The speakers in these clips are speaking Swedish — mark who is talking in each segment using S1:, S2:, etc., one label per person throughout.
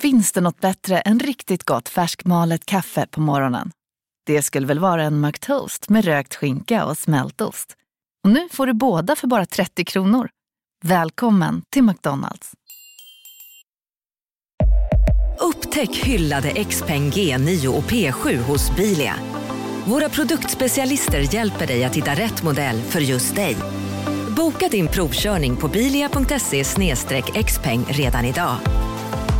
S1: Finns det något bättre än riktigt gott färskmalet kaffe på morgonen? Det skulle väl vara en McToast med rökt skinka och smältost. Och nu får du båda för bara 30 kronor. Välkommen till McDonalds.
S2: Upptäck hyllade XPeng G9 och P7 hos Bilia. Våra produktspecialister hjälper dig att hitta rätt modell för just dig. Boka din provkörning på bilia.se xpeng redan idag.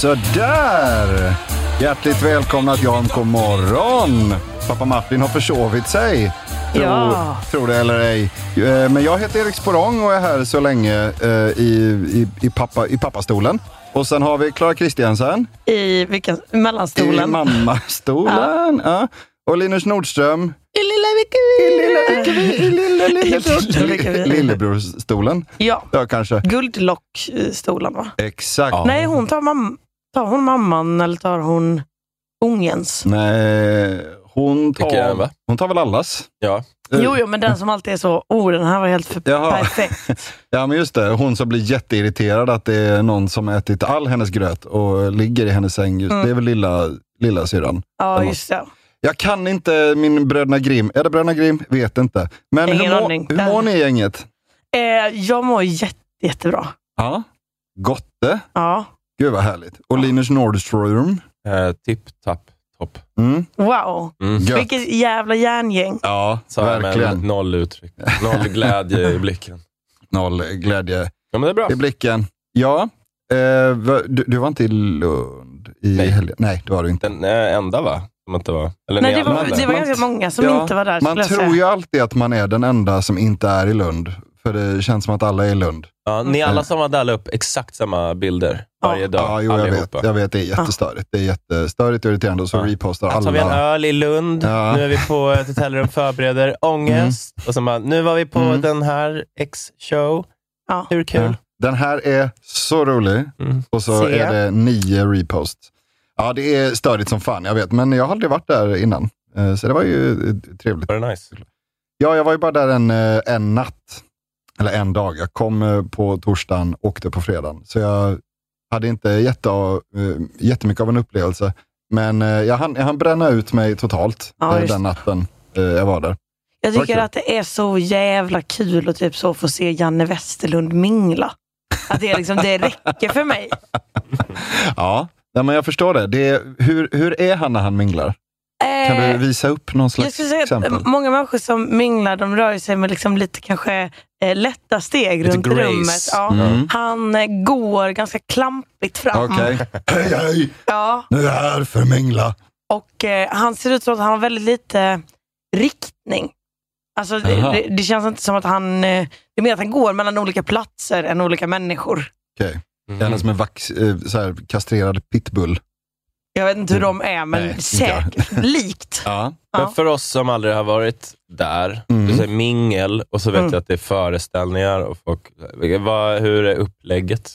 S3: Sådär! Hjärtligt välkomna till Jan God morgon! Pappa Martin har försovit sig. Tro,
S4: Ja.
S3: tror det eller ej. Eh, Men jag heter Erik Sporrong och är här så länge eh, i, i, i, pappa, i pappastolen. Och sen har vi Clara Kristiansen
S4: I vilken?
S3: i
S4: Mellanstolen.
S3: mammastolen. Ja. Och Linus Nordström
S4: I lilla Vickevi. Lilla
S3: i
S4: Vickevi.
S3: lillebrorstolen.
S4: Ja.
S3: Ja, kanske.
S4: Guldlockstolen va?
S3: Exakt.
S4: Nej, hon tar, mam- tar hon mamman eller tar hon ungens?
S3: Nej, hon tar,
S5: Tycker jag, va?
S3: hon tar väl allas?
S5: Ja.
S3: Eh,
S4: Jo, jo, men den som alltid är så, oh den här var helt för
S3: Jaha.
S4: perfekt.
S3: Ja, men just det. Hon som blir jätteirriterad att det är någon som ätit all hennes gröt och ligger i hennes säng. Just.
S4: Mm.
S3: Det är väl lilla, lilla syran.
S4: Ja, just det.
S3: Jag kan inte min Bröderna Grimm. Är det Bröderna Grimm? Vet inte. Men
S4: Ingen
S3: hur,
S4: aning.
S3: mår, hur mår ni i gänget?
S4: Eh, jag mår jätte, jättebra.
S3: Ja. Gotte.
S4: Ja.
S3: Gud vad härligt. Och Linus Nordström.
S5: Eh, tipp, tapp, topp.
S3: Mm.
S4: Wow,
S5: Mm.
S3: Gött.
S4: vilket jävla järngäng.
S3: Ja,
S5: Så här med
S3: verkligen.
S5: noll uttryck. Noll glädje i blicken.
S3: Noll glädje
S5: Ja, men det är bra.
S3: i blicken. Ja, eh, va- du, du var inte i Lund i
S5: Nej.
S3: helgen? Nej, det var du inte.
S5: Den eh, enda va? Som inte var. Eller
S4: Nej,
S5: ni
S4: det var,
S5: alla
S4: det var
S3: Man-
S4: ganska många som
S3: Ja,
S4: inte var
S3: Man
S4: där. skulle jag
S3: tror
S4: säga.
S3: ju alltid att man är den enda som inte är i Lund. För det känns som att alla är i Lund.
S5: ja, ni alla som var där la upp exakt samma bilder
S4: Ja.
S5: varje dag.
S3: Ja, jo, jag vet.
S5: allihopa.
S3: Jag vet, det är jättestörigt. Det är jättestörigt och irriterande och så
S5: Ja.
S3: repostar
S5: Här tar vi en
S3: alla.
S5: öl i Lund.
S3: Ja.
S5: Nu är vi på ett hotellrum, förbereder ångest. Och sen bara, nu var vi på
S3: Mm.
S5: den här X-show.
S4: Ja.
S5: Hur kul?
S3: Den här är så rolig
S5: Mm.
S3: och så
S4: Ser jag.
S3: är det nio reposts. Ja, det är störigt som fan, jag vet. Men jag har aldrig varit där innan. Eh, Så det var ju eh, trevligt.
S5: Var det nice?
S3: Ja, jag var ju bara där en, eh, en natt. Eller en dag. Jag kom eh, på torsdagen, åkte på fredagen. Så jag hade inte jätte, eh, jättemycket av en upplevelse. Men eh, jag hann, jag hann bränna ut mig totalt
S4: Ja,
S3: eh,
S4: just
S3: den natten eh, jag var där.
S4: Jag
S3: Vad
S4: tycker
S3: kul.
S4: att det är så jävla kul att typ så få se Janne Westerlund mingla. Att det, är liksom, det räcker för mig.
S3: Ja, nej, men jag förstår det. det är, hur, hur är han när han minglar? Kan
S4: Eh,
S3: du visa upp någon
S4: jag
S3: slags
S4: skulle säga
S3: exempel?
S4: att eh, många människor som minglar, de rör sig med liksom lite kanske eh, lätta steg
S5: Lite
S4: runt
S5: grace.
S4: rummet. Ja.
S3: Mm.
S4: Han eh, går ganska klampigt fram.
S3: Okej. Hej, hej!
S4: Ja,
S3: Nu är jag här för att mingla.
S4: och eh, han ser ut som att han har väldigt lite riktning. Alltså, det,
S3: Aha.
S4: det, det känns inte som att han... eh, Det är mer att han går mellan olika platser än olika människor.
S3: Det är
S5: Mm.
S3: han som en vax, eh, så här, kastrerad pitbull.
S4: Jag vet inte hur de är, men
S3: Nej, inte jag.
S4: säkert likt.
S3: Ja.
S4: Ja.
S5: Men för oss som aldrig har varit där,
S3: Mm.
S5: du säger mingel och så vet
S4: Mm.
S5: jag att det är föreställningar. Och folk, vad, hur är upplägget?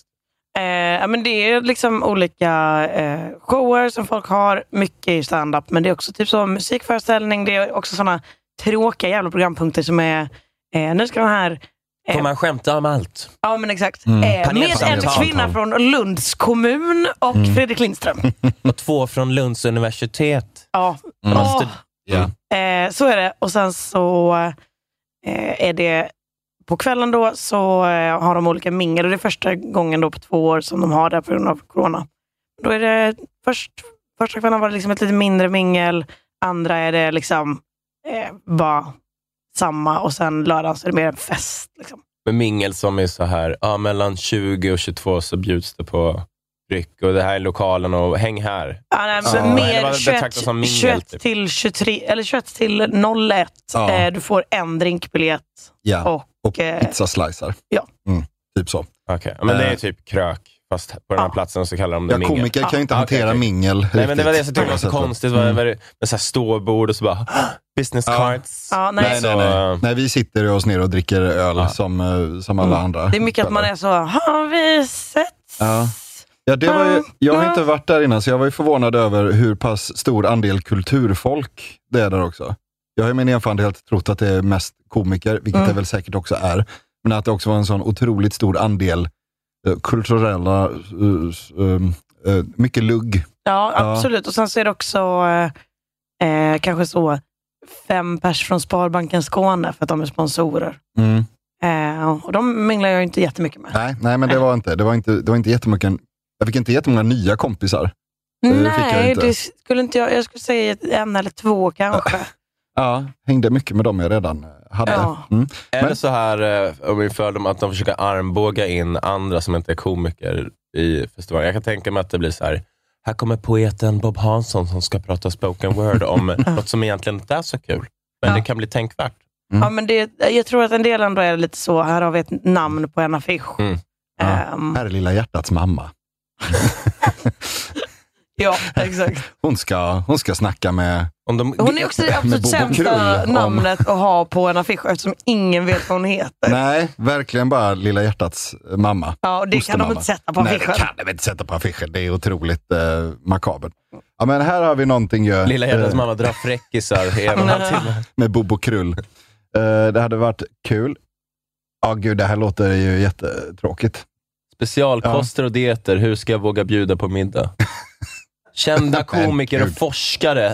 S4: Eh, ja, men det är liksom olika eh, shower som folk har, mycket i stand-up, men det är också typ så musikföreställning. Det är också sådana tråkiga jävla programpunkter som är, eh, nu ska den här, Eh.
S5: Får man skämta om allt?
S4: ja men exakt,
S3: Mm.
S4: eh, med en
S5: Panelsamtal.
S4: kvinna från Lunds kommun och
S3: Mm.
S4: Fredrik Lindström.
S5: Och två från Lunds universitet.
S4: Ja,
S3: Mm.
S4: Åh,
S3: Ja.
S4: eh, så är det. Och sen så eh, är det på kvällen då så eh, har de olika mingel och det är första gången då på två år som de har det på grund av corona. Då är det först, första kvällen var det liksom ett lite mindre mingel, andra är det liksom eh, bara samma och sen lördagen så är det mer en fest. Liksom.
S5: Med mingel som är så här, ja, mellan 20 och 22 så bjuds det på dryck och det här är lokalen och häng här.
S4: Ja, nej, men
S3: Ja.
S5: Det var
S4: mer
S5: betraktat som
S4: 21,
S5: mingel,
S4: 21
S5: typ.
S4: till 23, eller 21 till 01.
S3: Ja.
S4: Eh, du får en drinkbiljett
S3: Ja,
S4: och,
S3: och
S4: eh,
S3: pizzaslicer.
S4: ja.
S3: Mm, typ så.
S5: Okej, ja, men det är
S3: Eh.
S5: typ krök, fast på den här
S4: Ja.
S5: platsen så kallar de det
S3: Ja,
S5: mingel.
S3: komiker kan ju inte
S5: Ah, okej,
S3: hantera
S5: okej.
S3: mingel
S5: Nej, men det var det som tyckte
S3: på
S5: det var så
S3: sättet. Mm.
S5: konstigt. Var, var det, med så här ståbord och så bara business
S3: Ja.
S5: cards.
S4: ja, nej.
S3: Nej, nej, nej.
S5: Så-
S3: nej, vi sitter oss ner och dricker öl
S5: Ja.
S3: som, eh, som alla andra.
S4: Mm. Det är mycket att man är så, har vi setts?
S3: Ja. Ja, det
S4: Mm.
S3: var ju, jag har
S4: Ja.
S3: inte varit där innan, så jag var ju förvånad över hur pass stor andel kulturfolk det är där också. Jag har i min erfarenhet trott att det är mest komiker, vilket
S4: Mm.
S3: det väl säkert också är, men att det också var en sån otroligt stor andel eh, kulturella, eh, s- ehm, eh, mycket lugg.
S4: Ja, absolut. Och sen så är det också eh, eh, kanske så fem pers från Sparbanken Skåne för att de är sponsorer.
S3: Mm.
S4: Eh, och de minglar jag ju inte jättemycket med.
S3: Nej, nej, men det
S4: Nej.
S3: var inte, det var inte, det var inte jättemycket, jag fick inte jättemånga nya kompisar. det fick jag
S4: Nej,
S3: inte. Mm.
S4: det skulle inte jag. Jag skulle säga en eller två kanske.
S3: Ja, hängde mycket med dem jag redan eh, hade.
S4: Ja.
S3: Mm.
S5: Är
S3: Men-
S5: det så här, eh, om vi fördom, att de försöker armbåga in andra som inte är komiker i festivalen? Jag kan tänka mig att det blir så här, här kommer poeten Bob Hansson som ska prata spoken word om något som egentligen inte är så kul, men
S4: Ja.
S5: det kan bli tänkvärt.
S3: Mm.
S4: Ja, men det, jag tror att en del ändå är lite så, här har vi ett namn på en affisch.
S5: Mm.
S3: Ja.
S4: Ehm,
S3: Här är lilla hjärtats mamma.
S4: ja, exakt.
S3: Hon ska, hon ska snacka med...
S5: Om de,
S4: Hon är också det
S3: Med
S4: absolut
S3: Bobo
S4: sämsta
S3: Krull om-
S4: namnet att ha på en affisch eftersom ingen vet vad hon heter.
S3: Nej, verkligen bara lilla hjärtats eh, mamma.
S4: Ja, och det kan de
S3: Ostermamma.
S4: inte sätta på
S3: Nej, det
S4: affischen.
S3: kan de inte sätta på affischen. Det är otroligt eh, makabert. Ja, men här har vi någonting ju,
S5: Lilla hjärtats
S3: eh,
S5: mamma drar fräckisar i en och en halv timme.
S3: med Bobo Krull. Eh, det hade varit kul. Ja, gud, det här låter ju jättetråkigt.
S5: Specialkoster och dieter, hur ska jag våga bjuda på middag? Kända komiker och
S3: Gud.
S5: forskare äh,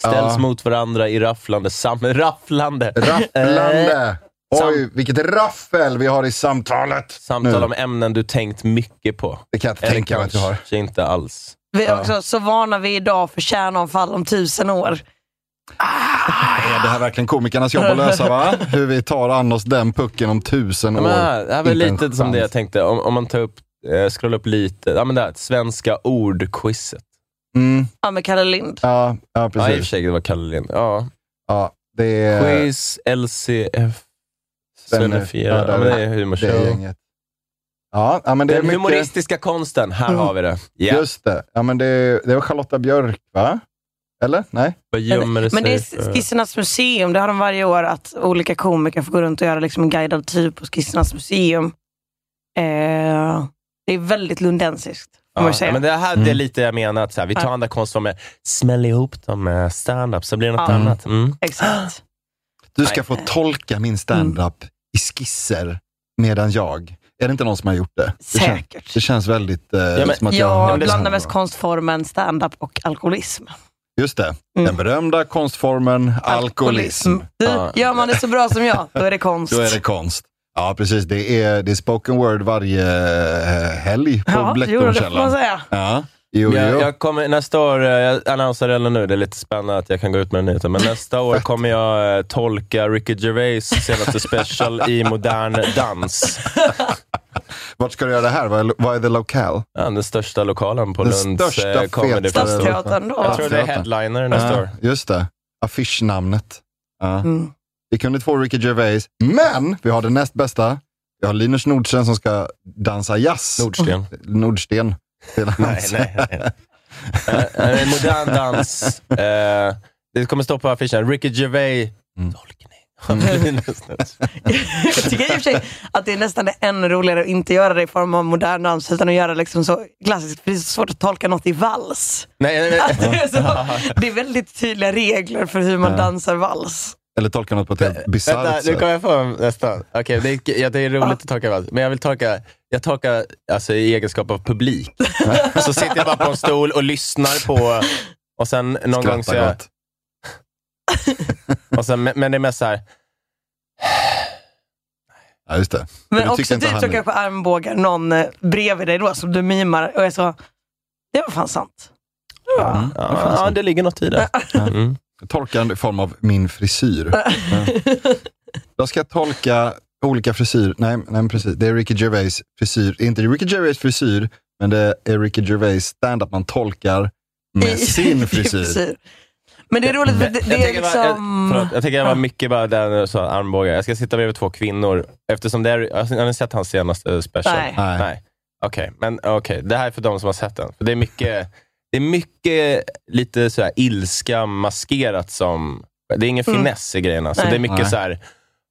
S5: ställs
S3: Ja. Äh,
S5: mot varandra i rafflande sam... Rafflande! Eh,
S3: Rafflande! Oj,
S5: sam-
S3: vilket raffel vi har i samtalet.
S5: Samtal
S3: Nu.
S5: om ämnen du tänkt mycket på.
S3: Det kan jag inte
S5: Eller
S3: tänka mig att
S5: kanske
S3: jag har.
S5: inte alls.
S4: Vi är också så vana vi är idag för kärnavfall om tusen år.
S3: Är det här verkligen komikernas jobb att lösa, va? Hur vi tar an oss den pucken om tusen
S5: Ja,
S3: år.
S5: men här, det här var
S3: Inte en
S5: lite som det jag
S3: chans.
S5: tänkte. Om, om man tar upp, eh, scrollar upp lite. Ja, men det här, svenska ordquizet.
S3: Mm,
S4: Ja, med Kalle Lind.
S3: ja, ja,
S5: Ja, i och för
S3: precis. Eh,
S5: sig, det var Kalle Lind. Ja.
S3: Ja, det är
S5: Quiz, LCF,
S3: Svenne-
S5: Svennefiera.
S3: ja, där
S5: E Ja, men
S3: är-
S5: det är
S3: det är
S5: humorshow.
S3: gänget. Ja, ja, men det är
S5: Den
S3: mycket.
S5: humoristiska konsten, här
S4: Mm.
S5: har vi det. Ja.
S3: Just det. Ja, men det, är- det var Charlotta Björk, va? Eller? Nej?
S5: Vad gömmer det
S4: Men det
S5: sig
S4: är
S5: för?
S4: Skissernas museum. Det har de varje år, att olika komiker får gå runt och göra liksom en guidad tur på Skissernas museum. Eh, det är väldigt lundensiskt, får man ju
S5: Ja,
S4: säga.
S5: men det här det är
S3: Mm.
S5: lite jag menar, att så här, vi tar
S4: Ja.
S5: andra konstformer, smäller ihop dem med stand-up, så blir det något
S4: Ja.
S5: annat. Mm.
S4: Exakt.
S3: Du ska få tolka min stand-up i skisser medan jag... Är det inte någon som har gjort det? Det, kän,
S4: Säkert.
S3: det känns väldigt... Eh,
S5: men-
S3: som att
S4: Jag
S3: jag
S4: blandar mest konstformen stand-up och alkoholism.
S3: Just det.
S4: Mm.
S3: Den berömda konstformen alkoholism.
S5: Ja.
S4: Du, gör man det så bra som jag, då är det konst.
S3: Då är det konst. Ja, precis. Det är, det är spoken word varje eh, helg på
S4: ja, jo, det får man
S3: Blecktornskällan.
S4: säga.
S3: Ja, jo, jo.
S5: Jag, jag kommer, nästa år, eh, jag annonserar redan nu, det är lite spännande att jag kan gå ut med den nyheten, men nästa år kommer jag eh, tolka Ricky Gervais senaste special i modern dans.
S3: Vart ska du göra det här? Vad är, vad är the locale?
S5: Ja, den största lokalen på
S3: Den
S5: Lunds
S3: största,
S5: eh, comedy
S3: fetaste-
S5: festival.
S4: Stadsteatern då.
S5: Jag tror det är
S3: Stadsteatern.
S5: headliner nästa
S3: Ja,
S5: år.
S3: just det. Affischnamnet. Ja.
S4: Mm.
S3: Vi kunde inte få Ricky Gervais, men vi har det näst bästa. Vi har Linus Nordsten som ska dansa jazz.
S5: Nordsten.
S3: Nordsten.
S5: Nej, nej, nej. Eh, eh, modern dans. Eh, det kommer stå på affischen. Ricky Gervais
S3: Mm.
S5: tolkning av Linus Nordström.
S4: jag tycker i och för sig att det är nästan det ännu roligare att inte göra det i form av modern dans, utan att göra liksom så klassiskt, för det är så svårt att tolka något i vals.
S5: Nej, nej, nej.
S4: Att det, är så, det är väldigt tydliga regler för hur man
S3: Ja.
S4: dansar vals.
S3: Eller tolka något på ett helt
S5: Vänta,
S3: bisarrt
S5: nu
S3: sätt.
S5: kom jag på nästan. Okej, det, är- ja, det är roligt att tolka vals, men jag vill tolka, jag tolkar alltså, i egenskap av publik. så sitter jag bara på en stol och lyssnar på, och sen någon gång så
S3: Skrattar
S5: jag,
S3: gott.
S5: och sen, men men det är mest så här,
S3: Ja, just det.
S4: Men
S3: det tyckte
S4: också
S3: inte
S4: typ
S3: han
S4: så
S3: nu.
S4: kanske armbågar någon eh, bredvid dig då, som du mimar och är så, det var fan sant. Ja.
S3: Mm.
S5: ja, det, ja, det ligger något i det. Mm.
S3: Tolka en form av min frisyr. Jag ska tolka olika frisyr. Nej, nej men precis. Det är Ricky Gervais frisyr. Det är inte Ricky Gervais frisyr, Men det är Ricky Gervais stand-up man tolkar med sin frisyr.
S4: Men det är roligt, för det,
S5: Jag
S4: det är
S5: tänker bara-
S4: liksom...
S5: jag- förlåt, jag tänker jag var mycket bara där när du sa armbågar. Jag ska sitta bredvid två kvinnor. Eftersom det är, alltså, har ni sett hans senaste special?
S4: Nej.
S3: Nej.
S5: Okej, men okej. Det här är för de som har sett den. För det är mycket, det är mycket lite så här ilska maskerat som... Det är ingen
S4: Mm.
S5: finess i grejerna. Så
S4: Nej.
S5: det är mycket
S3: Nej.
S5: så här,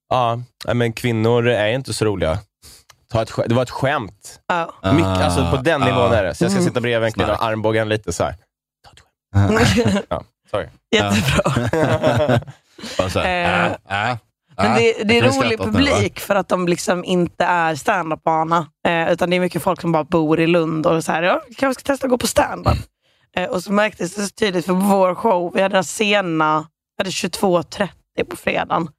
S5: ja, nej, men kvinnor är inte så roliga. Ta ett, sk- det var ett skämt.
S4: Ja.
S5: Mycket, alltså på den
S3: Ah,
S5: nivån är det. Så jag ska
S4: Mm.
S5: sitta bredvid en kvinna och
S3: Snack.
S5: armbåga en lite så här.
S3: ah,
S5: Ja, sorry.
S4: Jättebra.
S3: bara så här,
S4: Eh,
S3: ah, ah,
S4: Men
S3: ah.
S4: det, det
S3: Jag
S4: är
S3: kan skratta
S4: rolig
S3: åt den här, va?
S4: publik för att de liksom inte är standup-vana. Eh, utan det är mycket folk som bara bor i Lund och så här, ja, vi kanske ska testa att gå på standup. Eh, och så märktes det så tydligt för vår show, vi hade den sena, vi hade 22.30 på fredagen.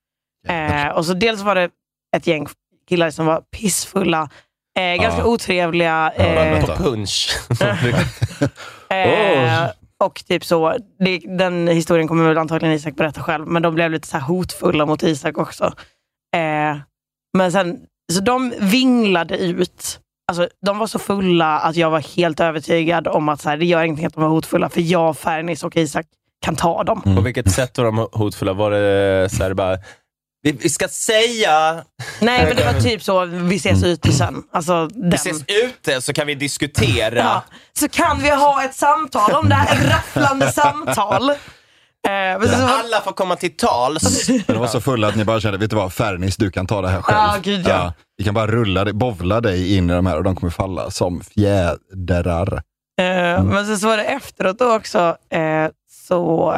S4: Eh, och så dels var det ett gäng killar som var pissfulla, eh, ganska
S3: Ja.
S4: otrevliga.
S3: Ja,
S4: Eh,
S3: vänta.
S5: På punch.
S4: Eh, Och typ så, det, den historien kommer väl antagligen Isak berätta själv, men de blev lite så här hotfulla mot Isak också. Eh, men sen, så de vinglade ut. Alltså, de var så fulla att jag var helt övertygad om att så här, det gör ingenting att de var hotfulla, för jag, Fernis och Isak kan ta dem.
S5: På vilket sätt var de hotfulla? Var det så här bara, vi, vi ska säga,
S4: Nej, men det var typ så, vi ses ute sen. Alltså, den.
S5: Mm. vi ses ute så kan vi diskutera.
S4: Ja, så kan vi ha ett samtal om det här, ett rafflande samtal. Eh, men så, var-
S5: Alla får komma till tals.
S3: Men de var så fulla att ni bara kände, vet du vad, Fernis, du kan ta det här själv.
S4: Ja, gud, ja.
S3: vi kan bara rulla dig, bovla dig in i de här och de kommer falla som fjädrar.
S5: Mm.
S4: Eh, Men sen så var det efteråt då också, eh, så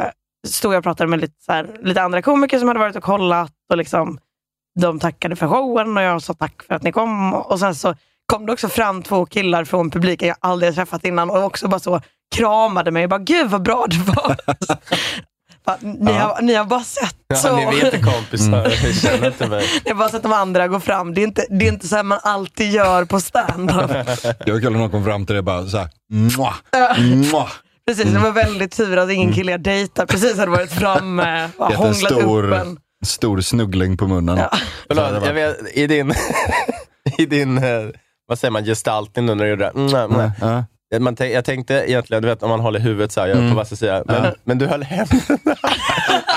S4: stod jag och pratade med lite, så här, lite andra komiker som hade varit och kollat. Och liksom, de tackade för showen och jag sa tack för att ni kom. Och sen så kom det också fram två killar från publiken jag aldrig har träffat innan och också bara så kramade mig. Och bara, Gud vad bra det var. Bara, ni,
S3: Ja.
S4: har, ni har bara sett så.
S5: Ja, ni vet kompisar,
S3: Mm.
S5: ni känner inte mig.
S4: Ni har bara sett de andra gå fram. Det är inte, det är inte så här man alltid gör på stand-up.
S3: Det var kul när någon kom fram till det bara så här, mwah, mwah.
S4: Precis,
S3: Mm.
S4: det var väldigt tur att ingen kille jag dejtar precis hade varit framme och
S3: Gett en
S4: hånglat upp
S3: stor,
S4: en.
S3: stor snuggling på munnen.
S4: Ja.
S3: Så det
S5: Förlåt,
S3: var-
S5: jag vet, i din, i din eh, vad säger man, gestaltning då när du gjorde det där. mm, mm.
S3: Ja.
S5: Man tänk, Jag tänkte egentligen, du vet om man håller huvudet så här, jag
S3: Mm.
S5: är på vassa sida, men, men du höll händerna.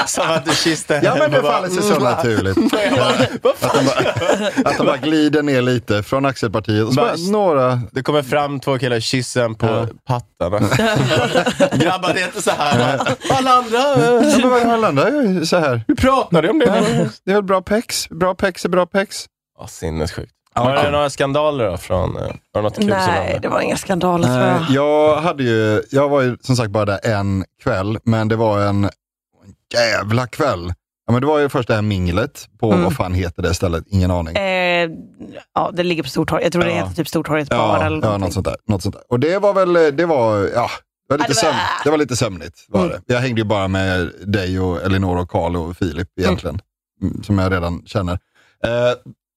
S5: Som att du kysste
S3: Ja men
S5: händerna Mm.
S3: det
S5: och bara,
S3: faller sig så naturligt. Att de, bara, att de bara glider ner lite från axelpartiet och så bara
S5: Bara-
S3: några...
S5: Det kommer fram två killar och kysser en på
S3: Ja.
S5: patten. Grabbar, det är inte så här. Alla andra, eh,
S3: Ja, men vad handlar det om? Så här.
S5: hur pratar du om det?
S3: Det är väl bra pex? Bra pex är bra pex.
S5: Oh, sinnessjukt. Var det några skandaler då? Från, eh, var det något kul som
S4: Nej,
S5: hände?
S4: det var inga skandaler tror
S3: Eh,
S4: jag.
S3: Jag, hade ju, jag var ju som sagt bara där en kväll, men det var en jävla kväll. Ja, men det var ju först det här minglet på,
S4: Mm.
S3: vad fan heter det stället? Ingen aning.
S4: Eh, ja, det ligger på Stortorget. Jag tror det
S3: Ja.
S4: heter typ Stortorget bar
S3: Ja,
S4: eller
S3: ja något,
S4: någonting.
S3: sånt där, något sånt där. Och det var väl, eh, det var, ja, det var lite,
S4: det var-
S3: Sömn, det var lite sömnigt. Var
S4: Mm.
S3: det. Jag hängde ju bara med dig och Elinor och Karl och Filip egentligen, mm. som jag redan känner. Eh,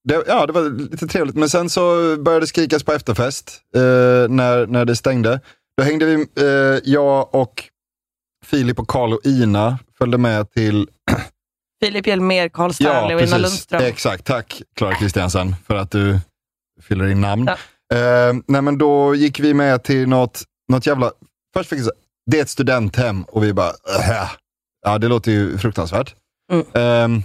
S3: det, ja, det var lite trevligt, men sen så började det skrikas på efterfest eh, när, när det stängde. Då hängde vi, eh, jag och Filip och Karl och Ina följde med till
S4: Filip Hjelmér, Carl Stanley och Ina Lundström.
S3: Exakt, tack Klara Kristiansen för att du fyller in namn.
S4: Ja.
S3: Eh, nej, men då gick vi med till något, något jävla... Först fick jag säga, det är ett studenthem och vi bara, "Ähä." ja det låter ju fruktansvärt.
S4: Mm.
S3: Eh,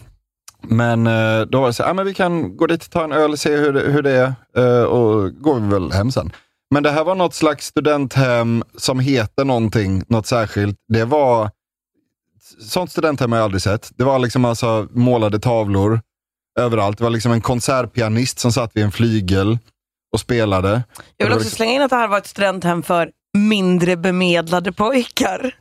S3: men eh, då var det så här, ah, men vi kan gå dit, ta en öl, se hur det, hur det är eh, och går vi väl hem sen. Men det här var något slags studenthem som heter någonting, något särskilt. Det var sånt studenthem har jag aldrig sett. Det var liksom alltså målade tavlor överallt. Det var liksom en konsertpianist som satt vid en flygel och spelade.
S4: Jag vill också slänga in att det här var ett studenthem för mindre bemedlade pojkar.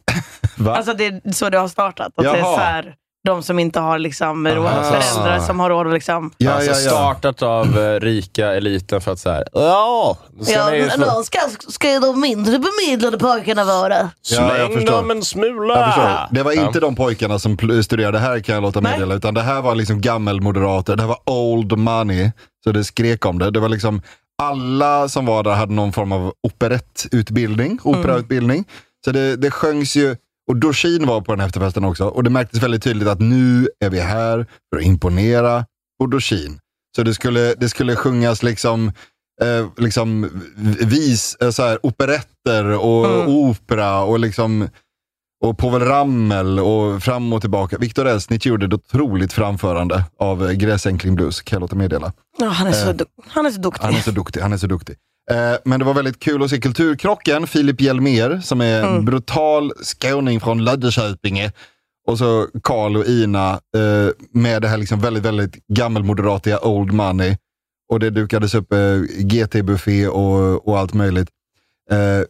S3: Va?
S4: Alltså det är så det har startat. Att det är
S3: Jaha.
S4: så här, de som inte har liksom råd,
S5: Aha.
S4: föräldrar som har råd att liksom
S3: ja,
S5: alltså,
S3: ja, ja.
S5: Startat av eh, rika eliten för att så här. Ja, då ska ni få-
S4: ska, ska de mindre bemedlade pojkarna vara.
S3: Ja, jag
S5: släng
S3: förstår.
S5: dem en smula.
S3: Jag förstår. Det var
S5: Ja.
S3: inte de pojkarna som pl- studerade här kan jag låta
S4: Nej.
S3: meddela, utan det här var liksom gammelmoderater. Det här var old money, så det skrek om det. Det var liksom alla som var där hade någon form av operettutbildning, operautbildning. Så det, det sjöngs ju, och Dorsin var på den här efterfesten också, och det märktes väldigt tydligt att nu är vi här för att imponera på Dorsin. Så det skulle, det skulle sjungas liksom eh, liksom, vis, eh, så här, operetter och
S4: Mm.
S3: opera och liksom och Povel Ramel och fram och tillbaka. Viktor Elsnitz gjorde ett otroligt framförande av eh, Gräsänkling Blues, kan jag låta meddela.
S4: Ja, han, är så
S3: Eh,
S4: du- han är så duktig.
S3: Han är så duktig. Han är så duktig. Eh, men det var väldigt kul att se Kulturkrocken, Filip Hjelmér, som är en
S4: Mm.
S3: brutal skåning från Löddeköpinge. Och så Karl och Ina eh, med det här liksom väldigt, väldigt gammelmoderatiga old money. Och det dukades upp eh, GT-buffé och, och allt möjligt. Eh,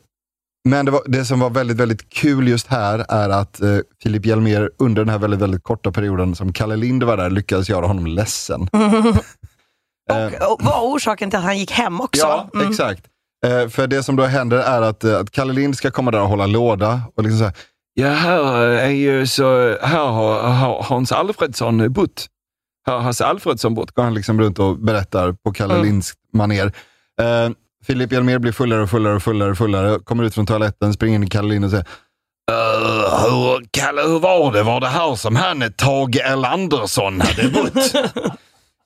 S3: men det, var, det som var väldigt, väldigt kul just här är att eh, Filip Hjelmér under den här väldigt, väldigt korta perioden som Kalle Lind var där lyckades göra honom ledsen. Eh,
S4: och, och var orsaken till att han gick hem också.
S3: Ja,
S4: Mm.
S3: exakt. Eh, för det som då händer är att, eh, att Kalle Lind ska komma där och hålla låda. Och liksom så här,
S6: Ja, här är ju så... Här har, har Hans Alfredsson bott. Här har Hasse Alfredsson bott.
S3: går han liksom runt och berättar på Kalle
S4: Mm.
S3: Linds maner. Eh, Filip Hjelmér blir fullare och fullare och fullare och fullare. Kommer ut från toaletten, springer in i Kalle Lind och säger "Eh,
S6: Uh, hur, Kalle, hur var det? Var det här som han Tage L. Andersson hade bott?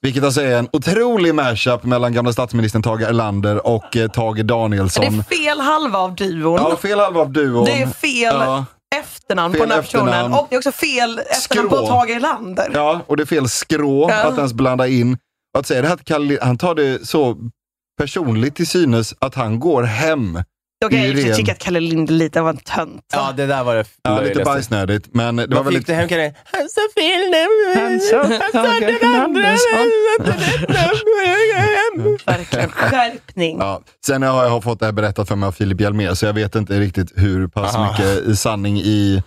S3: vilket alltså är en otrolig mashup mellan gamla statsministern Tage Erlander och eh, Tage
S4: Det är
S3: Danielsson.
S4: fel halva av duon.
S3: Ja, fel halva av duon.
S4: det är fel
S3: Ja.
S4: efternamn
S3: Fel
S4: på den här personen.
S3: efternamn.
S4: Och det är också fel efternamn
S3: Skrå.
S4: på Tage Erlander.
S3: Ja, och det är fel skrå
S4: Ja.
S3: att ens blanda in. Och att säga det här till Kalle, han tar det så personligt till synes att han går hem.
S4: Okej, jag
S3: det är
S4: tycker
S3: ren-
S4: att Kalle Lind lite var en tönt.
S7: Ja, det där var det
S3: Ja, lite
S7: löjligaste.
S3: bajsnödigt, men det var
S7: Varför gick
S3: väldigt...
S7: du hem Kalle? Han sa fel nu.
S4: Han sa Tage Erlandersson. Verkligen. Skärpning.
S3: Ja. Sen har jag fått det här berättat för mig av Filip Hjelmér, så jag vet inte riktigt hur pass
S7: Aha.
S3: mycket sanning i,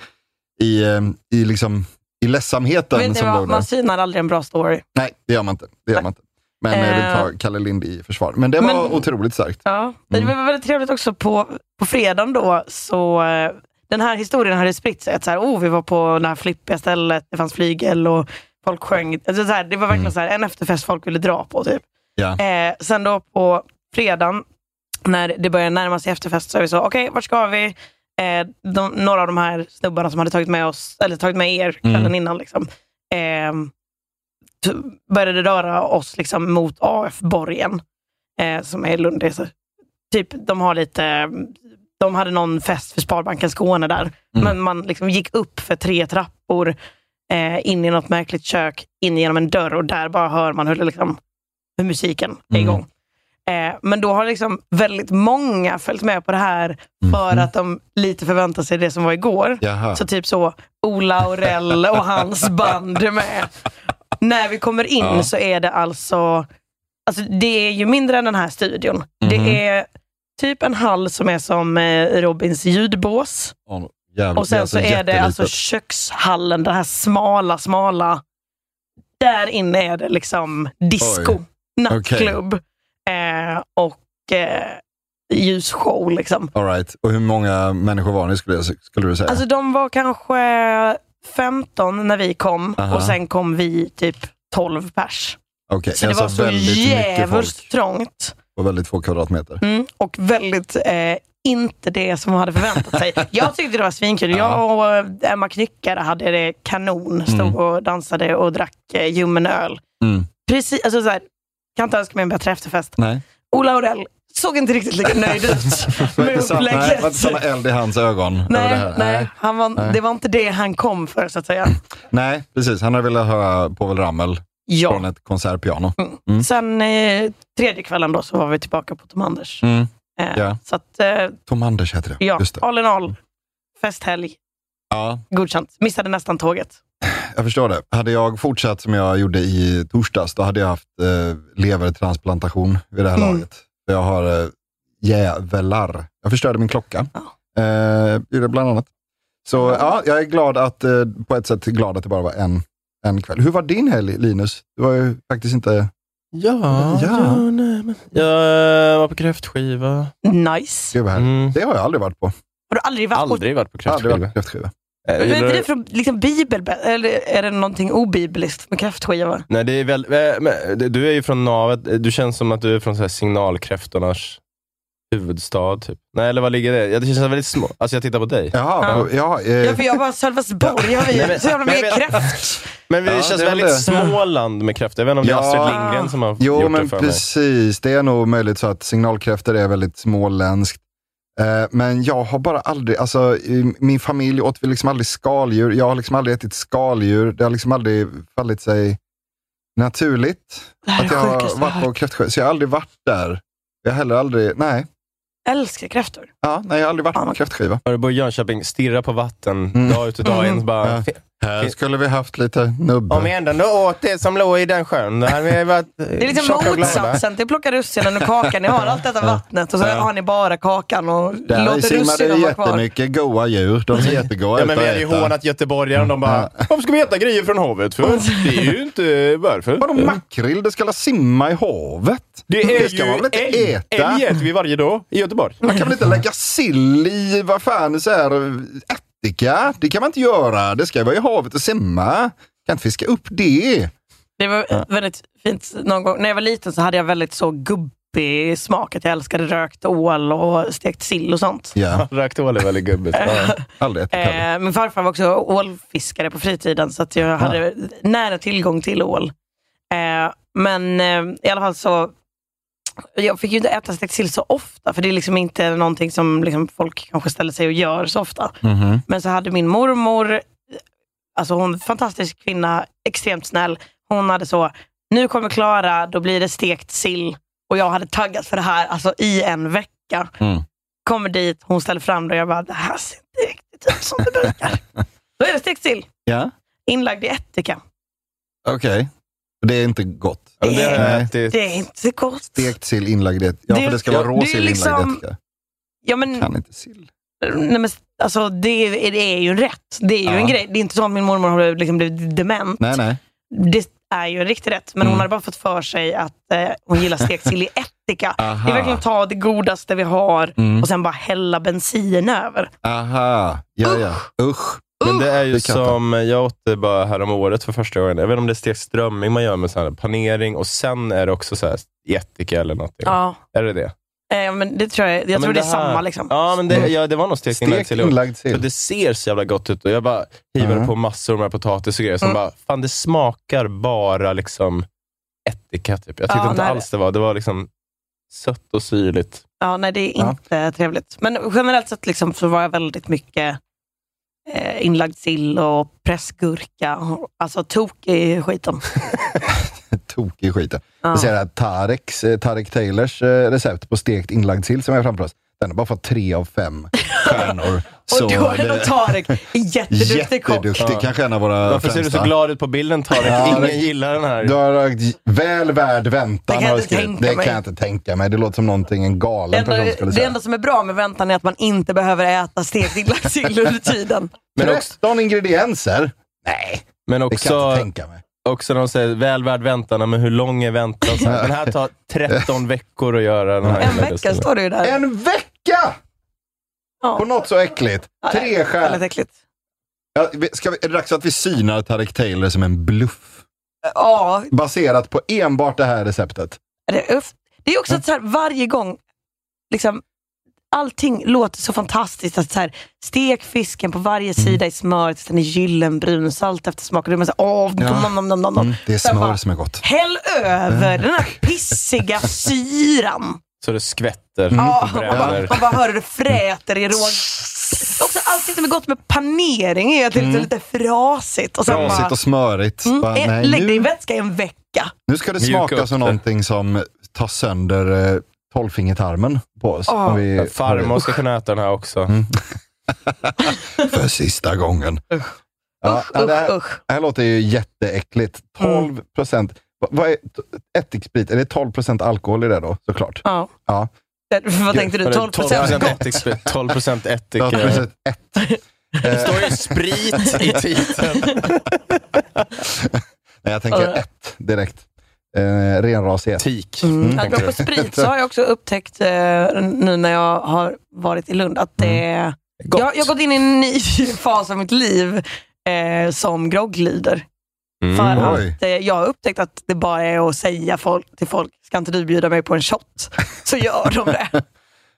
S3: i, eh, i, liksom, i ledsamheten
S4: Vet ni
S3: som
S4: vad,
S3: låg
S4: man
S3: där.
S4: synar aldrig en bra story.
S3: Nej, det gör man inte. Det gör man inte. Men jag vill ta Kalle Lind i försvar. Men det var
S4: Eh. Men-
S3: otroligt starkt.
S4: Ja. Men
S3: Mm.
S4: Det var väldigt trevligt också på, på fredagen då, så eh, den här historien hade spritt sig. Att så här, oh, vi var på det här flippiga stället, det fanns flygel och folk sjöng. Alltså, så här, det var verkligen
S3: Mm.
S4: så här, en efterfest folk ville dra på. Typ.
S3: Ja.
S4: Eh, sen då på fredagen, när det började närma sig efterfest, så är vi så, okej, vart ska vi? Eh, de, några av de här snubbarna som hade tagit med oss, eller tagit med er kvällen
S3: Mm.
S4: innan, liksom, eh, t- började röra oss liksom, mot AF-borgen, eh, som är Lundis. Typ, de har lite, de hade någon fest för Sparbanken Skåne där, men man liksom gick upp för tre trappor, eh, in i något märkligt kök, in genom en dörr och där bara hör man hur, det liksom, hur musiken är
S3: Mm.
S4: igång. Eh, men då har liksom väldigt många följt med på det här för att de lite förväntar sig det som var igår.
S3: Jaha.
S4: Så typ så, Ola Aurell och hans band är med. När vi kommer in
S3: Ja.
S4: så är det alltså, alltså, det är ju mindre än den här studion.
S3: Mhm.
S4: Det är typ en hall som är som eh, Robins ljudbås.
S3: Åh, jävlar,
S4: Och sen så är det alltså
S3: jättelitet.
S4: kökshallen, den här smala, smala. Där inne är det liksom disco,
S3: Oj.
S4: nattklubb eh, och eh, ljusshow. Liksom.
S3: All right. Och hur många människor var ni skulle, jag- skulle du säga?
S4: Alltså de var kanske 15 när vi kom
S3: Aha.
S4: och sen kom vi typ 12 pers.
S3: Okej,
S4: Så det
S3: alltså
S4: var så
S3: väldigt mycket
S4: jävligt
S3: folk
S4: trångt
S3: på väldigt få kvadratmeter.
S4: mm, och väldigt eh, inte det som man hade förväntat sig. Jag tyckte det var svinkul. Jag och eh, Emma Knyckare hade det kanon. Stod
S3: Mm.
S4: och dansade och drack eh, ljummen öl.
S3: Mm.
S4: Precis, alltså så här, kan inte önska mig en bättre efterfest.
S3: Nej.
S4: Ola Aurell såg inte riktigt lika nöjd ut
S3: Var
S4: med
S3: inte samma, nej, var
S4: upplägget.
S3: inte samma eld i hans ögon? över det
S4: Nej,
S3: här.
S4: nej, han var,
S3: Nej.
S4: det var inte det han kom för så att säga.
S3: nej, precis. Han hade velat höra Povel Ramel från
S4: Ja.
S3: ett konsertpiano. Mm.
S4: Sen eh, tredje kvällen då så var vi tillbaka på Tom Anders.
S3: Mm.
S4: Eh,
S3: ja.
S4: Så att, eh,
S3: Tom Anders heter det.
S4: ja,
S3: Just det.
S4: all in all, festhelg,
S3: Ja,
S4: godkänt. Missade nästan tåget.
S3: jag förstår det. Hade jag fortsatt som jag gjorde i torsdags, då hade jag haft eh, levertransplantation vid det här
S4: Mm.
S3: laget. För Jag har eh, jävlar. Jag förstörde min klocka. Eh, gjorde det bland annat. Så ja, jag är glad att, eh, på ett sätt glad att det bara var en, en kväll. Hur var din helg, Linus? Du var ju faktiskt inte...
S7: Ja,
S3: Ja.
S7: ja, nej, men. Jag var på kräftskiva.
S4: Nice.
S3: Gud vad härligt.
S7: Mm.
S3: Det har jag aldrig varit på.
S4: Har du aldrig varit på...
S7: Aldrig varit på
S3: Aldrig
S7: kräftskiva.
S3: varit på kräftskiva.
S7: Eh,
S4: Men är
S7: gillar
S4: inte
S7: du-
S4: det från liksom bibel, eller är det någonting obibliskt med kräftskiva?
S7: Nej, det är väl, eh, men det- du är ju från navet. Eh, Du känns som att du är från så här signalkräftornas huvudstad. Typ. Nej, eller vad ligger det? Ja, Det känns väldigt små. Alltså jag tittar på dig.
S3: Jaha, ja. ja, eh,
S4: Ja, för jag bara, Sölvesborg har vi
S7: Nej, men-
S4: så jävla
S7: men jag
S4: mycket
S7: vet-
S4: kräft.
S5: Men vi
S3: Ja,
S5: känns
S3: det är väl
S5: väldigt
S3: det.
S5: Småland med kräftor. Jag vet inte om det är
S3: Ja.
S5: Astrid Lindgren som har
S3: Jo,
S5: gjort
S3: men
S5: det för mig.
S3: precis. Det är nog möjligt så att signalkräftor är väldigt småländskt. Eh, Men jag har bara aldrig, alltså i min familj åt vi liksom aldrig skaldjur. Jag har liksom aldrig ätit skaldjur. Det har liksom aldrig fallit sig naturligt.
S4: Det här är
S3: Att
S4: det
S3: jag
S4: sjukaste
S3: har
S4: jag
S3: varit
S4: har
S3: på
S4: hört.
S3: kräftsjö. Så jag har aldrig varit där. Jag har heller aldrig, nej.
S4: Jag älskar kräftor.
S3: Ja, nej jag har aldrig varit
S4: Ja,
S3: på
S4: men-
S3: kräftskiva.
S5: Örebro Jönköping, stirra på vatten
S3: Mm.
S5: dag ut och dag in.
S4: Mm.
S5: Bara,
S3: Ja.
S5: "Fe-
S3: Här skulle vi haft lite nubbe.
S5: Om vi ändå nu åt det som låg i den sjön, då hade vi varit eh,
S4: Det är liksom motsatsen till plocka russinen och kakan. Ni har allt detta vattnet och så har ni bara kakan och
S3: Där
S4: låter
S3: simmar det
S4: russinen vara kvar.
S3: jättemycket goa djur. De ser jättegoda
S5: Ja,
S3: ut
S5: men
S3: att
S5: vi hade ju
S3: äta.
S5: hånat göteborgare och de bara, varför ska vi äta grejer från havet för? Det är ju inte, varför?
S3: Vadå makrill? Det ska alla simma i havet?
S5: Det är
S3: ska man
S5: ju
S3: väl inte
S5: älg.
S3: äta?
S5: Älg äter vi varje dag i Göteborg.
S3: Man kan väl inte lägga sill i, vad fan, så här, ättika? Det kan man inte göra. Det ska vara i havet och simma. Kan inte fiska upp det.
S4: Det var väldigt fint. Någon gång, när jag var liten så hade jag väldigt så gubbig smak. Att jag älskade rökt ål och stekt sill och sånt.
S3: Ja,
S5: Rökt ål är väldigt gubbigt.
S3: aldrig ätit heller.
S4: Eh, min farfar var också ålfiskare på fritiden så att jag hade nära tillgång till ål. Eh, men eh, i alla fall så, jag fick ju inte äta stekt sill så ofta för det är liksom inte någonting som liksom folk kanske ställer sig och gör så ofta.
S3: Mhm.
S4: Men så hade min mormor, alltså hon är en fantastisk kvinna, extremt snäll. Hon hade så, nu kommer Klara, då blir det stekt sill. Och jag hade taggat för det här alltså, i en vecka.
S3: Mm.
S4: Kommer dit, hon ställer fram det och jag bara, det här ser inte riktigt ut som det brukar. då är det stekt sill,
S3: Ja,
S4: inlagd i ättika.
S3: okej. Det är inte gott.
S5: Men det har jag ätit.
S4: Det är inte gott.
S3: Stekt sill inlagd i ett- Ja,
S4: Det-
S3: för det ska
S4: ja,
S3: vara rå
S4: det är
S3: sill inlagd i
S4: liksom-
S3: ättika.
S4: Ja, men,
S3: Kan inte sill.
S4: nej, men, alltså, det, är, det är ju rätt. Det är ju
S3: Ja.
S4: en grej. Det är inte så att min mormor har liksom blivit dement.
S3: Nej, nej.
S4: det är ju en riktig rätt, men
S3: Mm.
S4: hon hade bara fått för sig att eh, hon gillar stekt sill i ättika.
S3: Aha.
S4: Det är verkligen att ta det godaste vi har
S3: Mm.
S4: och sen bara hälla bensin över.
S3: Aha, ja, ja. Usch.
S5: Men det är ju
S3: Det kan jag
S5: som jag åt det bara härom året för första gången. Jag vet inte om det är stekt strömming man gör med så här panering och sen är det också så här ättika eller någonting.
S4: Ja.
S5: Är det det?
S4: Eh, men det tror jag, jag
S5: Ja, men
S4: tror det är
S5: här-
S4: samma. Liksom.
S5: Ja, men det, ja, det var nog stekt inlagd
S3: Stekt
S5: sill. i år.
S3: inlagd
S5: För
S3: sill.
S5: det ser så jävla gott ut och jag bara hivar
S3: Ja.
S5: på massor med potatis och grejer som
S4: Mm.
S5: bara, fan det smakar bara liksom ättika typ. Jag tyckte
S4: Ja,
S5: inte
S4: nej.
S5: alls det var, det var liksom sött och syrligt.
S4: Ja, nej, det är
S3: Ja.
S4: inte trevligt. Men generellt sett liksom, så var jag väldigt mycket eh, inlagd sill och pressgurka. Alltså tok i skiten.
S3: Tokig skit.
S4: Ja.
S3: Jag ser här Tareks, eh, Tarek Taylors eh, recept på stekt inlagd sill som jag har framför oss. Den har bara fått tre av fem stjärnor.
S4: och då är nog Tarek en jätteduktig kock.
S3: jätteduktig.
S5: Ja.
S3: Kanske en av våra
S5: Varför ser du
S3: främsta.
S5: så glad ut på bilden Tarek?
S3: Ja,
S5: Ingen
S3: det-
S5: gillar den här.
S3: Du har rökt väl värd
S4: Det
S3: väntan.
S4: kan jag
S3: har du
S4: inte
S3: skrivit.
S4: tänka
S3: det
S4: mig.
S3: kan jag inte tänka mig. Det låter som någonting en
S4: Det
S3: galen
S4: enda,
S3: person skulle
S4: det
S3: säga.
S4: enda som är bra med väntan är att man inte behöver äta stekt inlagd sill under tiden.
S5: Men också-
S3: 13 ingredienser? Nej,
S5: Men
S3: det kan jag
S5: också,
S3: inte tänka mig.
S5: också när de säger väl värd väntan, men hur lång är väntan? Så här, den här tar 13 veckor att göra. Den här
S4: En
S5: inlagda
S4: vecka
S5: sillen.
S4: står det ju där.
S3: En vecka!
S4: Ja.
S3: På något så äckligt.
S4: Ja, det
S3: Tre
S4: är Väldigt
S3: stjärnor.
S4: äckligt.
S3: Ja, vi- ska vi- är det dags att vi synar Tarek Taylor som en bluff?
S4: Ja,
S3: Baserat på enbart det här receptet.
S4: det är uff. Det är också att så här, varje gång, liksom, allting låter så fantastiskt. Att så här, stek fisken på
S3: Mm.
S4: varje sida i smöret tills den är gyllenbrun, salt efter smak. Och då är man så här, åh,
S3: Ja.
S4: nom, nom, nom, nom, nom.
S3: Mm, det är
S4: Sen
S3: smör
S4: bara-
S3: som är gott.
S4: Häll över den här pissiga syran.
S5: Så det skvätter Mm.
S4: Ja,
S5: och
S4: man bara,
S5: bränner.
S4: man bara hör hur det fräter i råg. Också allting som är gott med panering är att det är
S3: Mm.
S4: lite, lite frasigt. Och sen
S3: Trasigt
S4: bara,
S3: och smörigt. Bara,
S4: mm,
S3: nej,
S4: eh, lägg det i
S3: nu,
S4: vätska i en vecka.
S3: nu ska det
S5: Mjuka
S3: smaka
S5: upp
S3: som
S5: det.
S3: någonting som tar sönder eh, tolvfingertarmen på oss.
S4: Ja.
S3: Om vi,
S5: Farmor ska kunna äta den här också.
S3: Mm. För sista gången. Ja,
S4: Usch,
S3: ja, det,
S4: usch, Mm.
S3: här,
S4: usch.
S3: det här låter ju jätteäckligt. 12 procent. Vad är t- ättiksprit? Är det 12 procent alkohol i det då? Såklart.
S4: Ja.
S3: Ja.
S4: Det- Vad tänkte du? 12 procent
S5: 12%
S4: gott?
S5: ättika. 12% ättika.
S3: 12 procent Eh,
S5: Det står ju eh, sprit i titeln.
S3: Nej, jag tänker
S4: Ja.
S3: ett direkt. Eh, renrasig ett.
S5: Tik.
S4: Mm.
S5: tänkte
S4: Apropå
S5: du.
S4: sprit så har jag också upptäckt eh, nu när jag har varit i Lund att det
S3: Mm.
S5: Gott.
S4: jag, jag har gått in i en ny fas av mitt liv eh, som grogglyder.
S5: Mm.
S4: För
S3: Oj.
S4: att eh, jag har upptäckt att det bara är att säga folk, till folk, ska inte du bjuda mig på en shot? Så gör de det.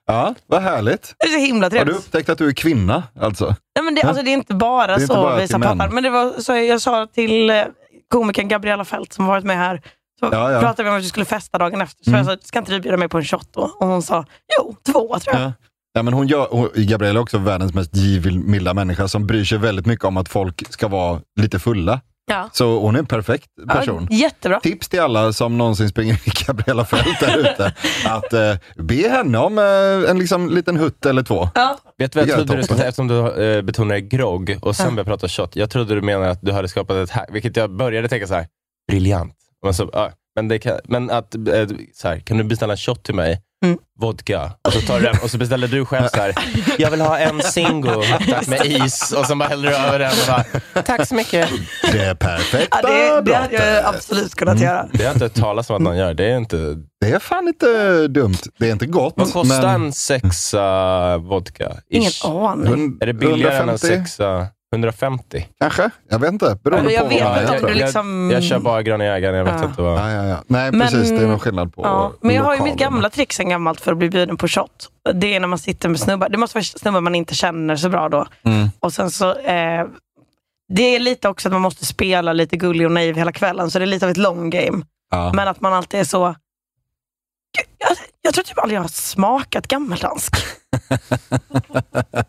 S3: Ja, vad härligt.
S4: Det är så himla
S3: Har du
S4: trevligt.
S3: upptäckt att du är kvinna alltså?
S4: Nej, men det, alltså, det är inte bara
S3: Det är inte
S4: så
S3: bara
S4: visar
S3: till män.
S4: pappan. Men det var så jag sa till eh, komikern Gabriella Fält som varit med här. Så
S3: Ja, ja.
S4: pratade vi om att vi skulle festa dagen efter. Så
S3: Mm.
S4: jag sa, ska inte du bjuda mig på en shot då? Och hon sa, jo, två tror jag.
S3: Ja. Ja, men hon gör, hon, Gabriella är också världens mest givmilda människa som bryr sig väldigt mycket om att folk ska vara lite fulla.
S4: Ja.
S3: Så hon är en perfekt person.
S4: Ja, jättebra.
S3: Tips till alla som någonsin springer i Gabriella Fält där ute. att eh, be henne om eh, en liksom, liten hutt eller två.
S4: Ja.
S5: Vet du vad
S3: Det
S5: jag
S3: gör
S5: trodde du skulle
S3: toppen.
S5: säga eftersom du eh, betonade grogg och sen
S4: Ja.
S5: började prata shot. Jag trodde du menade att du hade skapat ett hack, vilket jag började tänka så här, briljant. Men, så, ah, men, det kan, men att, eh, så här, kan du beställa en shot till mig?
S4: Mm.
S5: Vodka. Och så, tar du den, och så beställer du själv så här, jag vill ha en singo tack, med is. Och sen bara häller du över den och bara, tack så mycket.
S3: Det perfekta
S4: Ja, det, det hade jag
S3: brottet.
S4: absolut kunnat göra.
S5: Det har jag inte hört talas om att någon gör. Det är inte,
S3: Det är fan inte dumt. Det är inte gott.
S5: vad kostar
S3: men-
S5: en sexa vodka?
S4: Ingen
S5: Ish.
S4: aning.
S3: Hund-
S5: Är det billigare än en
S3: 150,
S5: sexa? 150?
S3: Kanske? Jag vet inte. Beroende
S4: Men jag
S3: på
S4: vet
S3: vad
S5: Ja,
S3: man äter,
S4: inte om
S3: tror
S4: du
S3: jag.
S4: liksom...
S5: Jag kör bara gröna jägaren, jag vet
S4: Ja.
S5: inte vad...
S3: Ja, ja, ja. Nej,
S4: Men-
S3: precis. Det är någon skillnad på
S4: Ja, men jag har ju mitt
S3: lokalen.
S4: gamla trick sen gammalt för att bli bjuden på shot. Det är när man sitter med snubbar. Det måste vara snubbar man inte känner så bra då.
S3: Mm.
S4: Och sen så, eh, det är lite också att man måste spela lite gullig och naiv hela kvällen, så det är lite av ett long game.
S3: Ja.
S4: Men att man alltid är så... Gud, Jag, jag tror typ aldrig jag har smakat gammeldansk.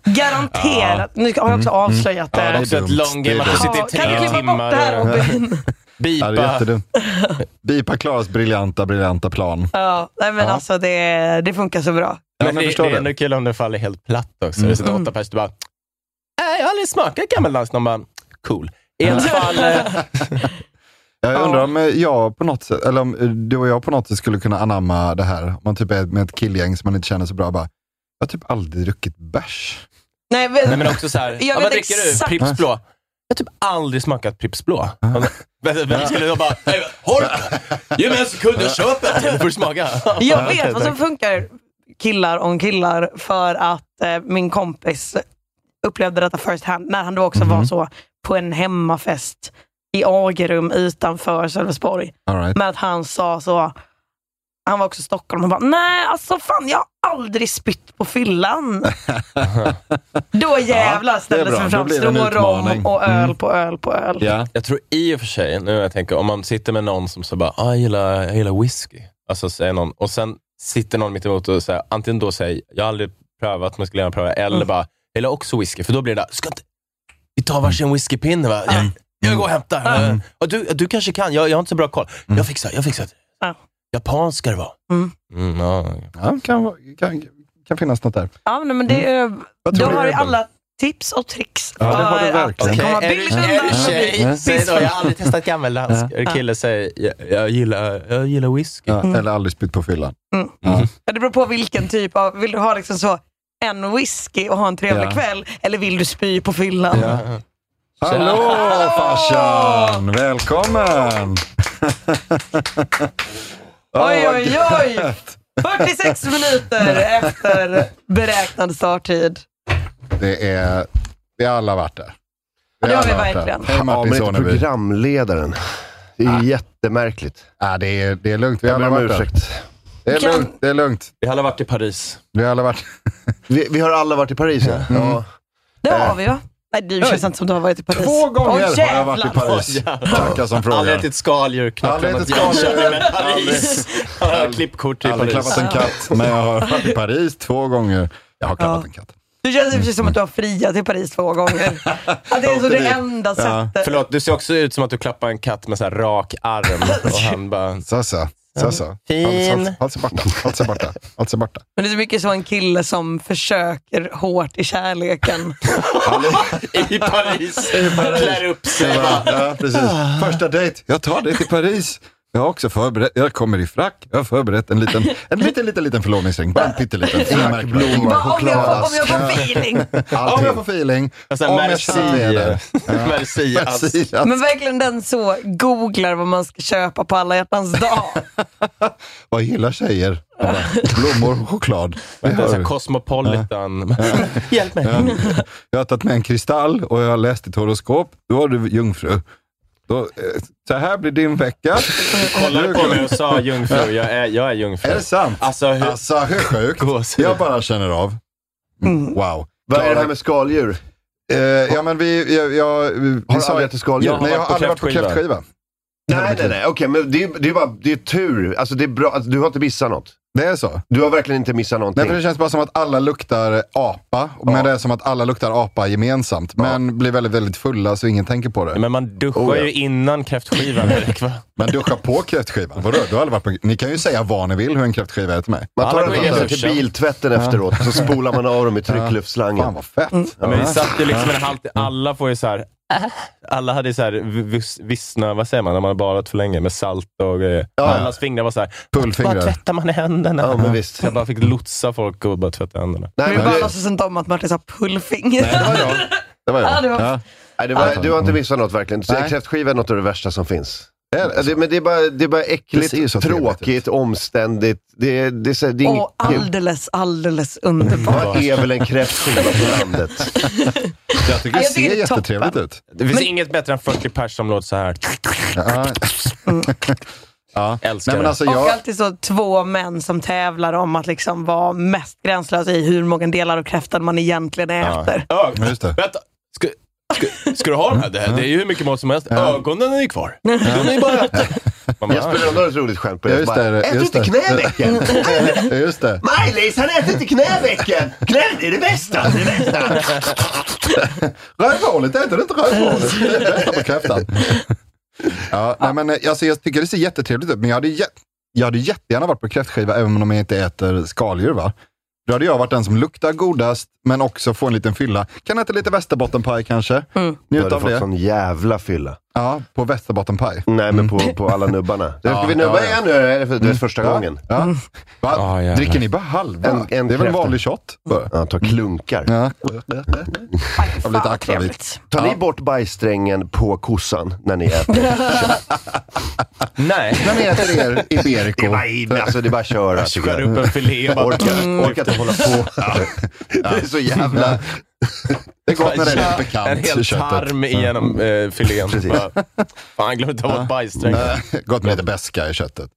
S4: Garanterat. Nu har jag också avslöjat
S5: Ja,
S4: det.
S5: det är också ett
S3: dumt.
S5: long game
S3: Det är
S5: att du
S3: dumt.
S5: sitter i
S4: Ja, kan du
S5: tre
S4: klippa bort det här
S5: timmar och
S4: Robin?
S3: Ja, det är
S5: bipa.
S3: jättedumt. Bipa Klaras briljanta, briljanta plan.
S4: ja, nej men
S3: Ja.
S4: alltså det, det funkar så bra.
S3: Ja,
S5: Men
S3: men
S5: det, det
S3: förstår
S5: är
S3: det.
S5: ändå kul om det faller helt platt också.
S3: Mm.
S5: Det sitter åtta pers och bara, nej jag har aldrig smakat gammaldans. Någon bara, cool. I alla fall, eh,
S3: Jag undrar om eh, jag på något sätt, eller om eh, du och jag på något sätt skulle kunna anamma det här. Om man typ är med ett killgäng som man inte känner så bra. Bara, jag har typ aldrig druckit bärs.
S4: Nej,
S5: nej
S4: men,
S5: men också såhär, ja,
S4: vet
S5: vad dricker du?
S4: exakt.
S5: Pripps blå? Jag har typ aldrig smakat Pripps blå. Vem vem skulle då bara, "Nej, håll! Ge mig en sekund, jag köper! Du får smaka.
S4: Jag vet vad som funkar killar om killar för att eh, min kompis upplevde detta first hand när han då också
S3: Mhm.
S4: var så på en hemmafest i Agerum utanför Sölvesborg.
S3: All right.
S4: Men att han sa så, han var också i Stockholm, han bara nej alltså fan jag har aldrig spytt på fyllan. då jävlar ställdes
S3: bra.
S4: det
S3: Då
S4: fram
S3: blir det en
S4: strå rom
S3: utmaning.
S4: och öl
S3: Mm.
S4: på öl på öl.
S3: Ja.
S5: Jag tror i och för sig, nu när jag tänker, om man sitter med någon som så bara, ah, jag, gillar, jag gillar whisky. Alltså säger någon, och sen sitter någon mitt emot och säger, antingen då säger, jag har aldrig prövat, men skulle gärna pröva, eller bara, jag gillar också whisky. För då blir det där, ska inte, vi tar varsin whiskypinne va? Jag, jag går och hämtar.
S4: Mm.
S5: Och du, du kanske kan, jag, jag har inte så bra koll. Jag fixar, jag fixar.
S4: Ja.
S5: Japansk ska det vara.
S4: Mm.
S5: Mm, ja.
S3: Ja, kan, vara- kan, kan finnas något där.
S4: Ja, nej, men det, är-
S3: Mm. Vad
S4: då
S3: tror du,
S4: har du
S3: Ruben?
S4: alla tips och tricks
S3: Ja, det har du
S4: för att
S3: verkligen.
S4: komma billigt undan.
S3: Ja.
S5: säg då, jag har aldrig testat gammeldansk.
S3: Ja.
S5: Eller kille säger, jag, jag, gillar, jag gillar whisky.
S3: Ja,
S4: Mm.
S3: Eller aldrig spytt på fyllan.
S4: Ja, det beror på vilken typ av, vill du ha liksom så en whisky och ha en trevlig
S3: Ja.
S4: kväll eller vill du spy på fyllan?
S3: Ja. Hallå farsan! Välkommen!
S4: Oj, oj, oj! 46 minuter efter beräknad starttid.
S3: Det är, vi har alla varit där.
S4: Ja, det har vi
S3: alla varit där.
S4: verkligen.
S3: Hej
S8: Ja,
S3: Martin
S8: men inte
S3: Soneby.
S8: programledaren. Det är ju jättemärkligt.
S3: Ja, Ah, det, är, det är lugnt, vi har
S8: Jag
S3: alla
S8: ber om
S3: varit där.
S8: ursäkt.
S3: Det är
S4: Kan-
S3: lugnt, det är lugnt.
S5: Vi har alla varit i Paris.
S3: Vi har alla varit Mm.
S8: Vi, vi har alla varit i Paris. Ja. Ja.
S4: Det har
S8: Eh.
S4: vi ju. Nej, du känns inte som du har varit i Paris.
S3: Två gånger
S4: Åh,
S3: har jag varit i
S4: jävlar.
S3: Paris. Tacka som
S5: Aldrig
S3: frågar.
S5: ätit skaldjur, knappt
S3: Aldrig
S5: lämnat
S3: ätit skaldjur.
S5: Jönköping, men Paris. Alla
S3: Aldrig-
S5: klippkort i
S3: Aldrig
S5: Paris.
S3: klappat en katt, men jag har varit i Paris två gånger. Jag har klappat
S4: Ja.
S3: en katt.
S4: Du känns precis som att du har friat till Paris två gånger. Att det är så
S3: Åkte
S4: det
S3: dit.
S4: enda
S3: Ja.
S4: sättet.
S5: Förlåt, du ser också ut som att du klappar en katt med så här rak arm och han bara...
S3: Så, så. Så, så.
S5: Fin.
S3: Allt- Allt sig borta, allt sig borta, allt sig borta.
S4: Men det är så mycket så en kille som försöker hårt i kärleken.
S5: I Paris. Klär upp sig.
S3: Ja, precis. Första dejt, jag tar dig till Paris. Jag har också förberett, jag kommer i frack. Jag har förberett en liten, en liten, liten, liten förlovningsring. Bara en pytteliten. Ingen märkvärdig.
S8: Blomma,
S4: Bara, om, jag får, om
S8: choklad.
S4: jag får feeling.
S3: Allting. Om jag får feeling.
S5: Och sen
S3: om
S5: merci. Merci. alltså.
S3: Merci. Alltså,
S4: Men verkligen den så googlar vad man ska köpa på alla hjärtans dag.
S3: Vad gillar tjejer? Jag bara, Blommor och choklad. Det
S5: Det är så
S3: hör
S5: här
S3: du.
S5: Cosmopolitan. Hjälp mig.
S3: Ja. Jag har tagit med en kristall och jag har läst ditt horoskop. Då är du jungfru. Då, eh, så här blir din vecka.
S5: Kollade på mig och sa jungfru. Jag är, jag är jungfru.
S3: Är det sant?
S5: Alltså, hur...
S3: Alltså hur sjukt?
S5: Gåshud.
S3: Jag bara känner av.
S4: Mm.
S3: Wow.
S8: Vad är det här med skaldjur?
S3: Eh, ja, men vi, jag, jag, vi, vi
S8: Har du
S3: sa-
S8: aldrig ätit skaldjur?
S3: Nej, jag har aldrig varit på kräftskiva.
S8: Nej, nej, nej. Okej, men det är, det är bara det är tur. Alltså, det är bra. Alltså, du har inte missat något.
S3: Det är så?
S8: Du har verkligen inte missat någonting.
S3: Nej, för det känns bara som att alla luktar apa, men
S8: Ja.
S3: det är som att alla luktar apa gemensamt. Men blir väldigt, väldigt fulla så ingen tänker på det.
S5: Men man duschar
S8: Oh, ja.
S5: ju innan kräftskivan Erik. Va?
S3: Men duscha på kräftskivan? Vadå? Du har aldrig varit på... Ni kan ju säga vad ni vill hur en kräftskiva är till mig.
S8: Man tar
S5: Alla
S8: den
S5: går
S8: med sig
S5: igenom
S8: till
S5: duschen.
S8: biltvätten efteråt, så spolar man av dem i
S3: Fan
S8: tryckluftslangen.
S3: vad fett.
S5: Ja, men vi satt ju liksom en halvtimme. Alla får ju så här, alla hade ju så här vis- vissna, vad säger man, när man har badat för länge med salt och grejer. Allas fingrar var så här, bara
S3: Pullfingrar.
S5: tvättar man händerna?
S8: Ja, men visst.
S5: Så jag bara fick lotsa folk och bara tvätta händerna.
S8: Nej,
S4: Men
S8: men
S4: vi bara
S8: det,
S4: låtsas inte om att Martin sa pullfinger.
S3: Det var jag. Det var
S4: Ja,
S3: jag.
S4: det var-
S3: Ja.
S8: nej, det var, du har inte missat något verkligen. Så
S3: Mm. Nej.
S8: Kräftskiva är något av det värsta som finns.
S3: Det är det.
S8: Det, men det är bara, det är bara äckligt,
S3: Det ser ju så trevligt
S8: tråkigt, omständigt. Det, är- det, är så- det är inget
S4: Och alldeles, alldeles underbart.
S8: Vad är väl en kräftskiva på landet?
S3: Jag tycker det
S4: Jag tycker
S3: ser
S4: det är toppen.
S3: jättetrevligt ut.
S5: Det finns inget bättre än 40 pers som låter så här.
S3: Ja. Ja.
S5: Älskar
S3: Nej, men
S5: det.
S3: alltså
S4: Och
S3: jag...
S4: alltid så två män som tävlar om att liksom vara mest gränslösa i hur många delar av kräftan man egentligen är efter.
S5: Ö,
S3: Ja, Just det.
S5: vänta, ska, ska, ska du ha den här? Det, här? det är ju hur mycket mat som helst. Ögonen är ju kvar. De är ju bara äter. Man bara,
S8: Jesper Rönndahl har ett roligt skämt på det.
S3: Ja, just
S8: Bara,
S3: det,
S8: Ät
S3: just
S8: inte
S3: det."
S8: knävecken!
S3: Ja, Just det.
S8: Maj-Lis, han äter inte knävecken! Knän är det bästa! Det är det bästa.
S3: Rövhålet, äter du inte rövhålet? Det är det bästa på kräftan. Ja, nej, men, eh, alltså, jag tycker det ser jättetrevligt ut, men jag hade, jä- jag hade jättegärna varit på kräftskiva även om jag inte äter skaldjur. Va? Då hade jag varit den som luktar godast, men också får en liten fylla. Kan äta lite västerbottenpaj kanske.
S4: Mm.
S8: Du
S3: Njut
S8: hade
S3: av
S8: fått
S3: det.
S8: sån jävla fylla.
S3: Ja, på västerbottenpaj.
S8: Nej, men på, på alla nubbarna. Ska vi nubba
S3: ja, ja.
S8: igen nu? Är det för, det är första gången? Ah,
S3: Ja. Va?
S5: Ja, jävlar.
S3: Dricker ni bara halva?
S8: En- en
S3: det är väl en
S8: kräfta.
S3: vanlig shot? Mm. bara?
S8: Ja, ta klunkar.
S3: Ja.
S4: Aj,
S3: Jag blir lite
S4: fan,
S3: akvavit.
S4: trevligt.
S8: Tar ni bort bajssträngen på kossan när ni äter?
S5: Nej.
S3: När ni äter er
S8: Det är
S3: Iberico.
S8: bara, alltså, det är bara att köra.
S5: Jag
S8: tycker
S5: skär
S8: jag.
S5: upp en filé och bara...
S8: Orkar, orkar inte hålla på. Det är så jävla...
S3: Det är gott när det är lite
S5: en
S3: bekant.
S5: hel
S3: köttet.
S5: tarm igenom eh, filén. Bara, Fan, glöm inte ta bort bajssträngen.
S3: Gott med lite beska i köttet.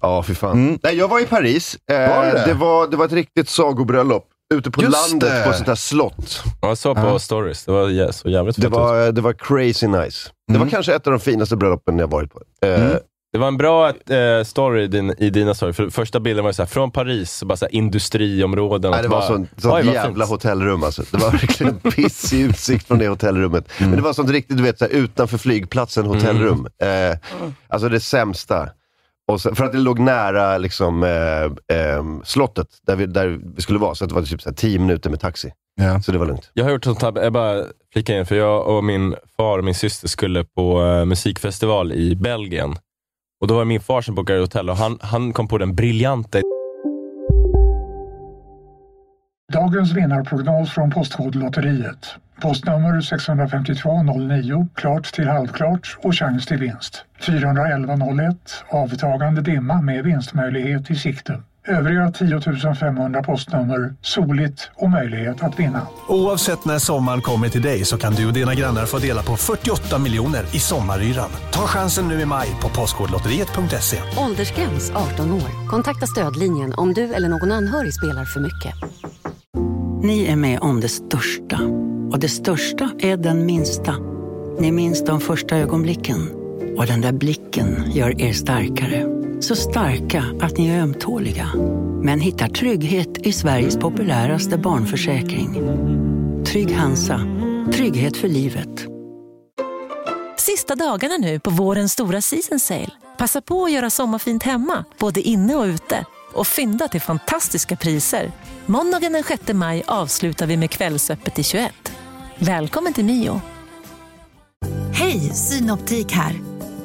S8: Ja, fy fan. Nej, jag var i Paris. Eh,
S3: Mm. Var
S8: det?
S3: det?
S8: var, det var ett riktigt sagobröllop. Ute på
S3: Just
S8: landet
S3: det.
S8: på ett sånt där slott.
S5: Jag såg på stories. Det var jä- så jävligt
S8: Det
S5: fett ut.
S8: var, det var crazy nice. Det
S3: Mm.
S8: var kanske ett av de finaste bröllopen jag varit på. Eh,
S5: Det var en bra eh, story i din, i dina story. För första bilden var ju så här, från Paris, så bara så här, industriområden.
S8: Nej, det var
S5: bara,
S8: sånt,
S5: oj,
S8: sånt
S5: vad
S8: jävla
S5: fint.
S8: hotellrum alltså. Det var verkligen pissig utsikt från det hotellrummet.
S5: Mm.
S8: Men det var sånt riktigt, du vet, så här, utanför flygplatsen hotellrum.
S5: Mm.
S8: Eh, alltså det sämsta. Och så, för att det låg nära liksom, eh, eh, slottet, där vi, där vi skulle vara. Så att det var typ så här, tio minuter med taxi.
S3: Ja.
S8: Så det var lugnt.
S5: Jag har gjort sånt här, jag bara flika in, för jag och min far och min syster skulle på eh, musikfestival i Belgien. Och då var det min far som bokade hotell och han, han kom på den briljanta
S9: Dagens vinnarprognos från Postkodlotteriet. Postnummer 65209, klart till halvklart och chans till vinst. 41101, avtagande dimma med vinstmöjlighet i sikte. Övriga 10 500 postnummer, soligt och möjlighet att vinna.
S7: Oavsett när sommaren kommer till dig så kan du och dina grannar få dela på 48 miljoner i sommaryran. Ta chansen nu i maj på Postkodlotteriet.se.
S2: Åldersgräns 18 år. Kontakta stödlinjen om du eller någon anhörig spelar för mycket.
S1: Ni är med om det största. Och det största är den minsta. Ni minns de första ögonblicken. Och den där blicken gör er starkare. Så starka att ni är ömtåliga. Men hittar trygghet i Sveriges populäraste barnförsäkring. Trygg Hansa. Trygghet för livet.
S2: Sista dagarna nu på vårens stora season sale. Passa på att göra sommarfint hemma, både inne och ute. Och fynda till fantastiska priser. Måndagen den 6 maj avslutar vi med Kvällsöppet i 21. Välkommen till Mio.
S1: Hej, Synoptik här.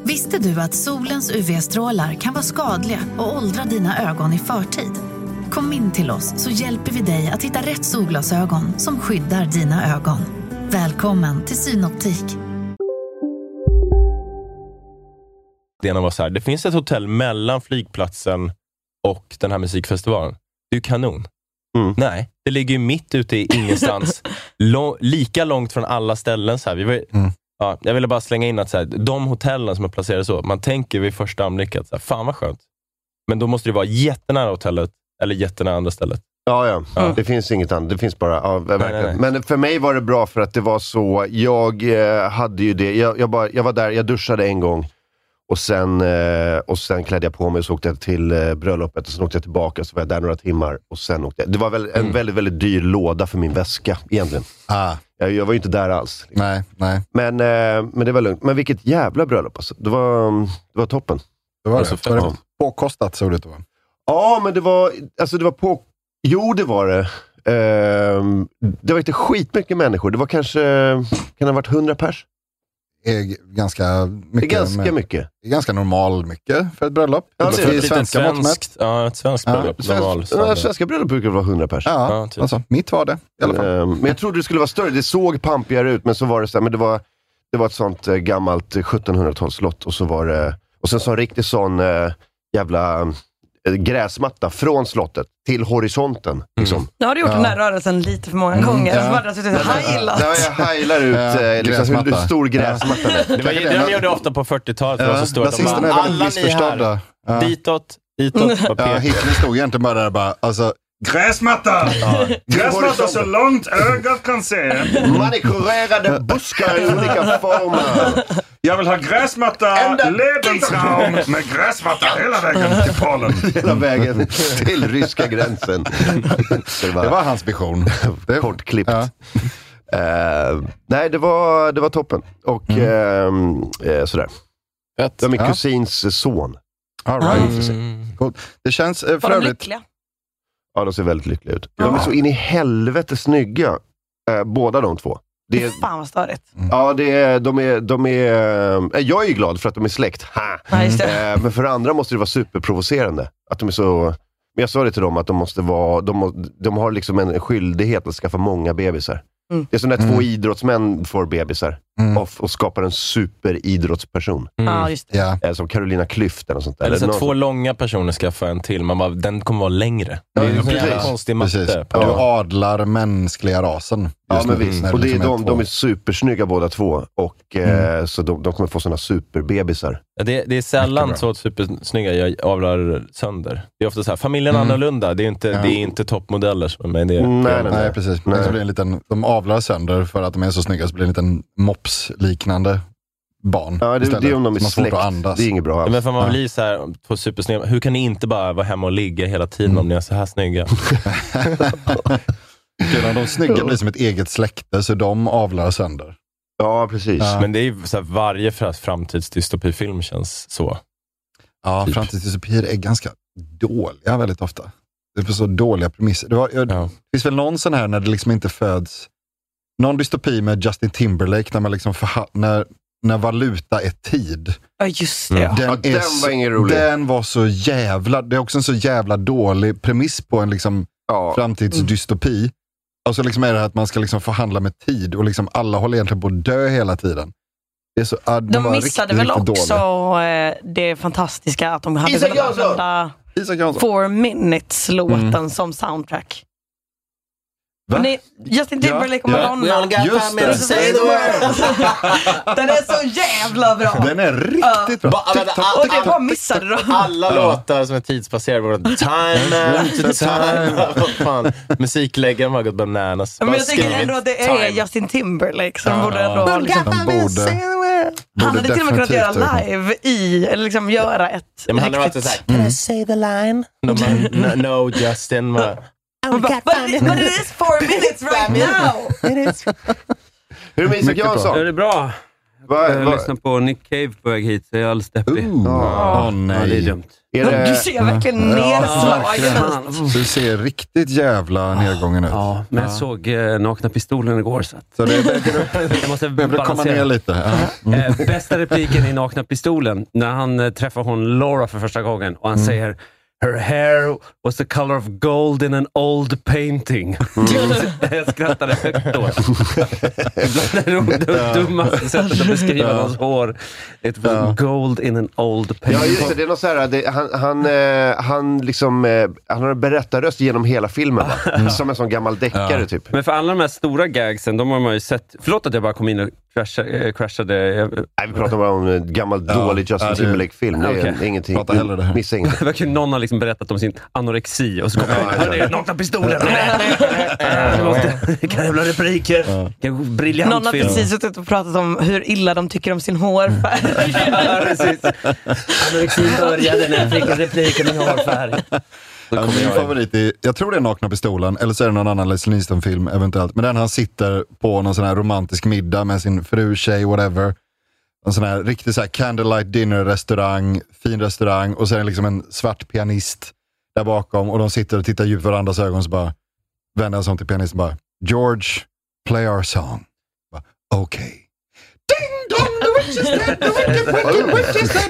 S1: Visste du att solens UV-strålar kan vara skadliga och åldra dina ögon i förtid? Kom in till oss så hjälper vi dig att hitta rätt solglasögon som skyddar dina ögon. Välkommen till Synoptik.
S5: idén var så här, det finns ett hotell mellan flygplatsen och den här musikfestivalen. Det är ju kanon.
S8: Mm.
S5: Nej, det ligger ju mitt ute i ingenstans. Lå- lika långt från alla ställen. Så här. Vi var, ju-
S3: Mm.
S5: ja, jag ville bara slänga in att så här, de hotellen som är placerade så, man tänker vid första anblick att så här, fan vad skönt. Men då måste det vara jättenära hotellet eller jättenära andra stället.
S8: Ja, ja.
S5: Ja.
S8: Det finns inget annat. Det finns bara... Ja, verkligen.
S5: nej,
S8: Men för mig var det bra för att det var så... Jag eh, hade ju det. Jag, jag, bara, jag var där, jag duschade en gång. Och sen, eh, och sen klädde jag på mig och så åkte jag till eh, bröllopet. Och sen åkte jag tillbaka, så var jag där några timmar. Och sen åkte jag. Det var väl en
S5: Mm.
S8: väldigt, väldigt dyr låda för min väska egentligen. Jag, jag var ju inte där alls.
S3: Ah, Nej, nej.
S8: Men, eh, men det var lugnt. Men vilket jävla bröllop alltså. Det var, det var toppen.
S3: Det var det. Var det påkostat såg det ut att vara.
S8: Ja, men det var, alltså det var på... Jo, det var det. Ehm, det var inte skitmycket människor. Det var kanske, kan det ha varit 100 pers?
S3: Är ganska mycket.
S8: Det är ganska
S3: men-
S8: mycket.
S3: Det är ganska normal mycket för ett bröllop.
S8: Ja, det är
S3: I
S8: ett litet
S3: svenska mått
S8: svenskt-
S3: mätt.
S7: Ja, ett svenskt
S8: bröllop, normal typ. standard. svenska bröllop brukar vara 100 pers.
S3: Ja, alltså, mitt var det i alla fall.
S8: Ehm, men jag trodde det skulle vara större. Det såg pampigare ut, men så var det så här, men det var, det var ett sånt eh, gammalt eh, 1700-talsslott och så var det, och sen så en riktig sån eh, jävla eh, gräsmatta från slottet till horisonten. Liksom.
S3: Mm.
S4: Nu har du gjort den där rörelsen lite för många gånger.
S8: Ja.
S4: Så bara du har suttit och heilat.
S8: Där jag heilar ut
S7: Ja,
S8: eh, liksom, hur
S7: gräsmatta.
S8: stor gräsmattan är.
S7: Det var ju det de gjorde ofta på 40-talet.
S3: Ja,
S7: Ja, så att de
S3: nazisterna
S7: bara,
S3: Eh, är väldigt
S7: alla ni här,
S3: missförstådda. Ja.
S7: ditåt, hitåt. bara
S3: Ja,
S7: peka.
S3: Hitler stod egentligen bara där och bara, alltså,
S10: Gräsmatta! Gräsmatta så långt ögat kan se.
S8: Manikurerade buskar i olika former.
S10: Jag vill ha gräsmatta, Lebensraum med gräsmatta hela vägen till Polen.
S8: hela
S3: Mm.
S8: vägen till ryska gränsen. det, var,
S3: det var hans vision. Det-
S8: Kortklippt. Eh, nej, det var, det var toppen. Och eh, eh, sådär. Det var min
S3: Mm. Ja.
S8: kusins son.
S3: All right.
S8: Mm.
S3: Coolt. Det känns eh, för
S4: Var de
S3: övrigt...
S4: lyckliga?
S8: Ja, de ser väldigt lyckliga ut. De är så in i helvete snygga, eh, båda de två. Det är,
S4: Fan vad störigt.
S3: Mm.
S8: ja, det är, de är, de är, eh, jag är ju glad för att de är släkt. Ha!
S4: Ja, just det.
S8: Eh, men för andra måste det vara superprovocerande. Att de är så... Men jag sa det till dem, att de, måste vara, de, må- de har liksom en skyldighet att skaffa många bebisar.
S4: Mm.
S8: Det är som när två
S3: Mm.
S8: idrottsmän får bebisar och, och skapar en superidrottsperson.
S3: Mm.
S4: Ja, just det.
S3: Ja.
S8: Eh, Som Carolina Klyft eller något sånt där.
S7: Eller så
S8: någon
S7: två
S8: sån-
S7: långa personer skaffar en till. Man bara, den kommer vara längre. Det
S3: Mm. Ja,
S7: är en sån jävla
S8: precis.
S7: konstig matte.
S3: Du adlar mänskliga rasen. just
S8: Ja, men
S3: nu,
S8: visst.
S3: när
S8: Och det är
S3: liksom
S8: de, de
S3: två- Mm.
S8: är supersnygga båda två. Och, eh, Så de, de kommer få såna superbebisar.
S7: Ja, Det, det är sällan så att supersnygga jag avlar sönder. Det är ofta så här, familjen är annorlunda. Det är inte, det är inte toppmodeller. som- Men det är,
S8: Nej,
S7: det är-
S8: nej,
S3: Nej, precis.
S8: Nej.
S3: Men Så blir det en liten, de avlar sönder för att de är så snygga, så blir det en liten mops-liknande barn
S8: Ja, det,
S3: istället,
S8: det är om de är
S3: som har svårt
S8: släkt.
S3: att andas.
S8: Det är inget bra
S7: Ja,
S8: alls.
S7: Men för man blir så här, två supersnygga. Hur kan ni inte bara vara hemma och ligga hela tiden om ni är så här snygga?
S3: Kul om de snygga blir som ett eget släkte, så de avlar sönder.
S8: Ja, precis.
S3: Ja.
S7: Men det är ju så här, varje framtidsdystopifilm känns så.
S3: Ja,
S7: Typ.
S3: framtidsdystopier är ganska dåliga väldigt ofta. Det är på så dåliga premisser. Det, var, jag, det finns väl någon sån här när det liksom inte föds... Någon dystopi med Justin Timberlake när, man liksom förha- när, när valuta är tid.
S4: Ja, just
S7: Mm.
S4: det.
S3: Den,
S8: Ja,
S3: är
S8: den
S3: så-
S8: var ingen rolig.
S3: Den var så jävla... Det är också en så jävla dålig premiss på en liksom
S8: Ja.
S3: framtidsdystopi. Och så liksom är det här att man ska liksom förhandla med tid och liksom alla håller egentligen på att dö hela tiden. Det är så, ja, den
S4: De
S3: var
S4: missade
S3: riktigt,
S4: väl
S3: riktigt
S4: också
S3: dålig.
S4: eh, det fantastiska att de hade
S8: Isak
S4: velat
S8: Jansson!
S4: använda
S3: Isak Jansson.
S4: Four Minutes-låten
S3: Mm.
S4: som soundtrack. Men det är Justin Timberlake och
S3: Ja,
S4: Madonna.
S3: ja. We only got Just five minutes det. to say the
S4: Den är så jävla bra.
S3: Den är riktigt bra.
S7: Ba- vänta,
S3: Tick-tock,
S7: all-
S4: Och det
S3: tick-tock.
S4: bara missade de.
S7: Alla låtar som är tidsbaserade var time after time. Vad fan. Musikläggaren har gått bananas.
S4: Men
S7: Bara
S4: jag tycker
S7: skrivit
S4: ändå att det är
S7: time.
S4: Justin Timberlake, så de
S7: Ja.
S4: borde ändå... ha Liksom,
S3: De borde...
S4: han hade
S3: borde
S4: till och med kunnat göra
S3: definitivt ha gjort
S4: live i, eller liksom göra ett
S7: Ja, men han har varit såhär,
S4: Can I say the line?
S7: de bara, "No, no Justin. Bara,
S4: But, but, but it is four minutes right now!
S8: Hur är det med Isak
S3: Mycket bra.
S8: Jansson?
S5: Är det bra?
S8: Va,
S5: Jag
S8: va,
S5: lyssnar på Nick Cave på väg hit, så jag är alldeles deppig.
S3: Ooh. Åh
S5: Ja, det är
S3: nej.
S5: dumt.
S8: är
S4: Du
S8: det,
S4: ser
S3: verkligen.
S4: verkligen nedslagen ut.
S3: Du ser riktigt jävla nedgången ut.
S5: Ja, men jag såg eh, Nakna Pistolen igår, så att
S3: Så det
S5: jag måste
S3: behöver komma ner
S5: balansera.
S3: lite. Ja.
S5: Eh, bästa repliken i Nakna Pistolen, när han eh, träffar hon Laura för första gången och han
S8: Mm.
S5: säger Her hair was the color of gold in an old painting.
S8: Mm.
S5: jag skrattade högt då. Bland det ro- det dummaste sättet att beskriva någons hår. It was gold in an old
S8: ja,
S5: painting.
S8: just det. Det är något så här, det, han, han, eh, han, liksom, eh, han har en berättarröst genom hela filmen. Va? Som en sån gammal deckare, typ.
S5: Men för alla de här stora gagsen, de har man ju sett. Förlåt att jag bara kom in och crasha, eh, crashade...
S8: Nej, vi pratar bara om en gammal dålig Justin Timberlake-film. Det är ingenting. Missa ingenting.
S5: Det verkar ju någon har liksom berättat om sin anorexi och så kommer jag Hörni, nakna pistolen! Vi måste... Vilka jävla repliker! Vilken briljant
S4: Någon har
S5: film.
S4: precis suttit och pratat om hur illa de tycker om sin hårfärg.
S5: Mm. Ja, precis. Anorexin började när jag fick en replik om min hårfärg.
S3: Ja, min favorit är, jag tror det är Nakna Pistolen, eller så är det någon annan Leslie Nielsen-film eventuellt. Men den han sitter på någon sån här romantisk middag med sin fru, tjej, whatever. En sån här riktig så här candlelight dinner-restaurang, fin restaurang och sen liksom en svart pianist där bakom och de sitter och tittar djupt i varandras ögon så bara vänder han sig om till pianisten bara George, play our song. Bara, Okej.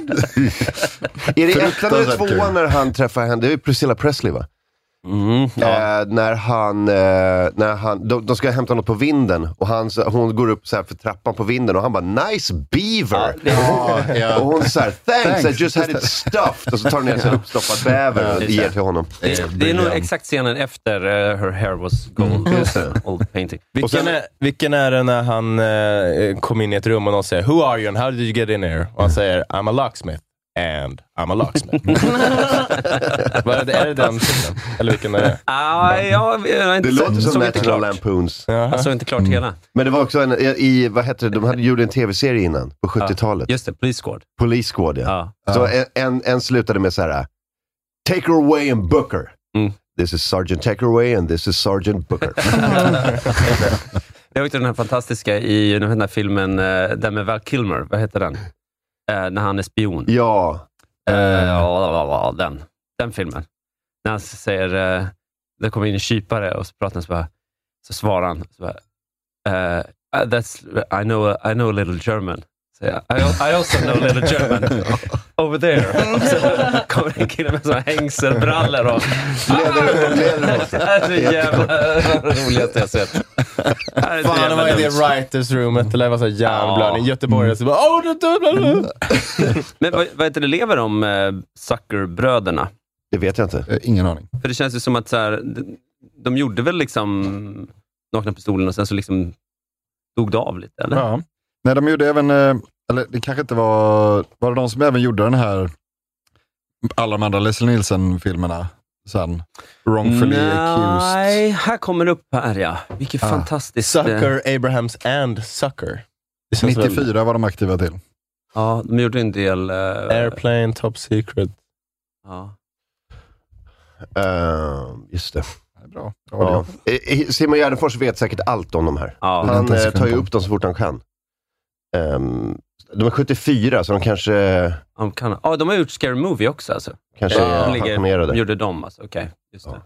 S8: Är det ettan eller
S3: Fruktansvärt
S8: tvåan
S3: kul.
S8: när han träffar henne? Det är ju Priscilla Presley va? Eh, när han, eh, när han de, de ska hämta något på vinden och han, så- hon går upp så här för trappan på vinden och han bara “Nice beaver!”
S3: Ja, ja.
S8: Och hon säger “Thanks, I
S5: Thanks.
S8: just had it stuffed” och så tar hon ner en sån här uppstoppad bäver och ger till honom.
S5: Det, det är nog exakt scenen efter eh, Her hair was gold, old painting.
S7: Mm. Vilken, är, vilken är det när han eh, kom in i ett rum och någon säger “Who are you and how did you get in here?” och han säger “I'm a locksmith and I'm a locksmith”. Vad är, det, är det den filmen? Eller vilken är det?
S5: Ah, jag, jag har inte
S8: Det
S5: sett-
S8: låter som
S5: såg inte
S8: National
S5: klart.
S8: Lampoons.
S5: Jag såg inte klart
S7: Mm.
S5: hela.
S8: Men det var också en, i, vad hette det, de hade gjort en tv-serie innan, på 70-talet.
S5: Just det, Police Squad.
S8: Police Squad, ja.
S5: Ja.
S8: Så en, en, en slutade med så här, Take her away and book her.
S5: Mm.
S8: This is Sergeant Take her away and this is Sergeant Booker.
S5: Jag tyckte den här fantastiska i den här filmen, eh, den med Val Kilmer, vad heter den? Eh, när han är spion.
S8: Ja.
S5: Eh, ja, ja, ja, den. Den filmen. När han säger, eh, det kommer in en kypare och så pratar han så bara, så svarar han, så bara, eh, that's, I, know, I know a little German. Säger jag. I, al- I also know a little German. Over there. Och så kommer en kille med såna hängselbrallor och... Det är så jävla det roligaste jag sett.
S7: Fan, det var i det writers roomet, eller vad sa jag, järnblödning. Göteborg, och så bara “Åh, du, du, du, du.
S5: Men vad, vad heter det, lever de eh, Zuckerbröderna?
S8: Det vet jag inte.
S3: ingen aning.
S5: För det känns ju som att så här, de, de gjorde väl liksom Nakna Pistolen och sen så liksom dog det av lite, eller?
S3: Ja. Nej, de gjorde även, eh, eller det kanske inte var, var det de som även gjorde den här, alla de andra Leslie Nielsen-filmerna sen? Wrongfully accused.
S5: Nej, här kommer det upp här ja. Vilket
S3: Ah.
S5: fantastiskt... eh,
S7: Sucker, Abrahams and Sucker. Det känns väl-
S3: 94 var de aktiva till.
S5: Ja, de gjorde en del... eh,
S7: Airplane, Top Secret.
S5: Ja.
S8: Eh, just det.
S3: Bra.
S8: Ja. Eh, Simon Gärdenfors vet säkert allt om de här.
S5: Ja.
S3: Det är
S8: Han
S3: inte ens
S8: eh, tar ju
S3: skämt om.
S8: upp dem så fort han kan. Ehm, de är 74, så de kanske,
S5: De, kan, ja, de har gjort Scary Movie också alltså.
S8: kanske
S5: De
S8: är
S5: ligger-
S8: pensionerade.
S5: de gjorde dem alltså, okej. just det.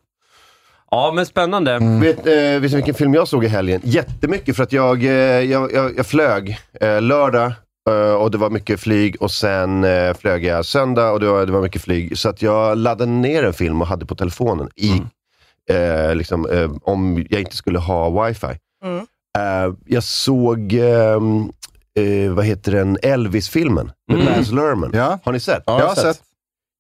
S5: Ja, men spännande.
S3: Mm.
S8: Vet, eh, vet ni vilken film jag såg i helgen? Jättemycket för att jag, eh, jag, jag, jag flög eh, lördag eh, och det var mycket flyg och sen eh, flög jag söndag och det var, det var mycket flyg. Så att jag laddade ner en film och hade på telefonen i,
S3: Mm.
S8: eh, liksom, eh, om jag inte skulle ha wifi.
S4: Mm.
S8: Eh, jag såg, ehm, eh, vad heter den, Elvis-filmen med
S3: Mm.
S8: Baz Luhrmann.
S3: Ja.
S8: Har ni sett?
S3: Ja, jag har sett.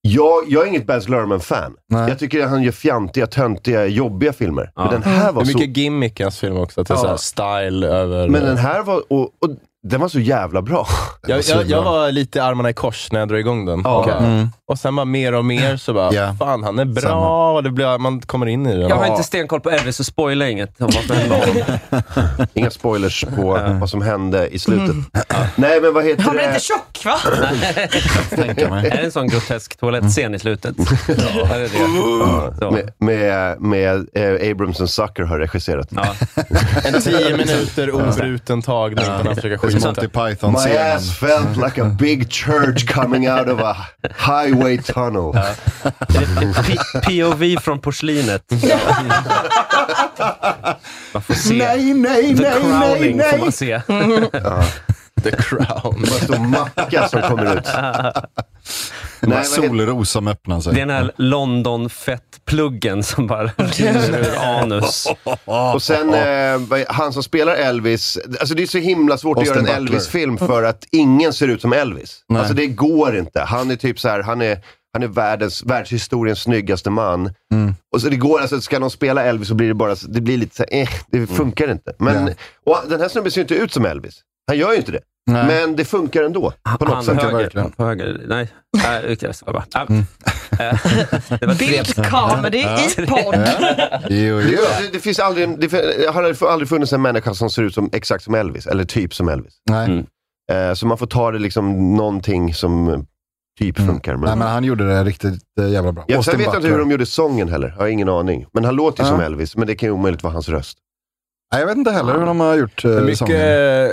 S8: Jag, jag är inget Baz Luhrmann-fan. Jag tycker att han gör fjantiga, töntiga, jobbiga filmer. Men den här var
S7: Mm. det är
S8: så
S7: mycket gimmick i hans film också. Att det är
S8: Ja.
S7: så här style över...
S8: Men den här var, och, och den var så jävla bra.
S7: eh,
S8: Alltså,
S7: jag, jag, jag var lite i armarna i kors när jag drog igång den.
S8: Ja.
S7: Okej.
S8: Mm.
S7: Och sen bara mer och mer så bara,
S3: Ja.
S7: fan han är bra.
S3: Samma.
S7: Och det blir, man kommer in i den.
S5: Jag har inte stenkoll på Elvis, så spoila inget om vad den var.
S8: Inga spoilers på vad som hände i slutet.
S7: Mm.
S8: Nej, men vad heter
S4: Han blir
S8: det?
S4: inte tjock va?
S5: Är det en sån grotesk toalettscen i slutet? Ja. Är det det? Så.
S8: Med, med, med eh, Abrams and Sucker har regisserat.
S5: Ja.
S7: En tio minuter obruten tagning. Ja. Han försöker
S3: Det är som
S7: skjuta.
S3: Monty
S8: My
S3: Python-scenen.
S8: ass felt like a big church coming out of a highway tunnel.
S5: P- POV från porslinet. Man får se.
S8: Nej, nej,
S5: The
S8: nej, nej,
S5: crowning får
S8: nej.
S5: man se.
S7: The crown.
S8: Det var en stor macka som kommer ut.
S3: Det var
S8: Nej, vad heter-
S3: solros som öppnade sig.
S5: Det är den här London-fettpluggen som bara rinner ur anus.
S8: Och sen eh, vad- han som spelar Elvis, alltså det är så himla svårt
S3: Austin
S8: att göra en
S3: Butler.
S8: Elvis-film för att ingen ser ut som Elvis.
S3: Nej.
S8: Alltså det går inte. Han är typ så här, han är, han är världens, världshistoriens snyggaste man.
S3: Mm.
S8: Och så det går, alltså ska någon spela
S3: Mm.
S8: Elvis så blir det bara, så- det blir lite så här, eh, det funkar inte. Men, och den här snubben ser ju inte ut som Elvis. Han gör ju inte det. Men det funkar ändå. På något
S5: Han
S8: sätt. Mm.
S5: höger, på höger. Nej, äh, vilka det var bara. Ah. Eh, det var
S8: Bild,
S5: trevligt.
S8: comedy i podd.
S3: Jo,
S8: Det, det, det finns aldrig, en- det, fin- har aldrig- aldrig funnits en människa som ser ut som, exakt som Elvis, eller typ som Elvis.
S3: Nej.
S7: Mm.
S8: Eh, så man får ta det liksom någonting som eh, typ funkar.
S3: Nej, men han gjorde det riktigt eh, jävla bra.
S8: Ja, sen
S3: Austin
S8: vet jag inte hur
S3: Butler.
S8: de gjorde sången heller. Jag har ingen aning. Men han låter ju som
S3: Ja.
S8: Elvis, men det kan ju omöjligt vara hans röst.
S3: Nej, jag vet inte heller hur de har gjort
S7: Det är
S3: eh,
S7: mycket, eh,
S3: sången.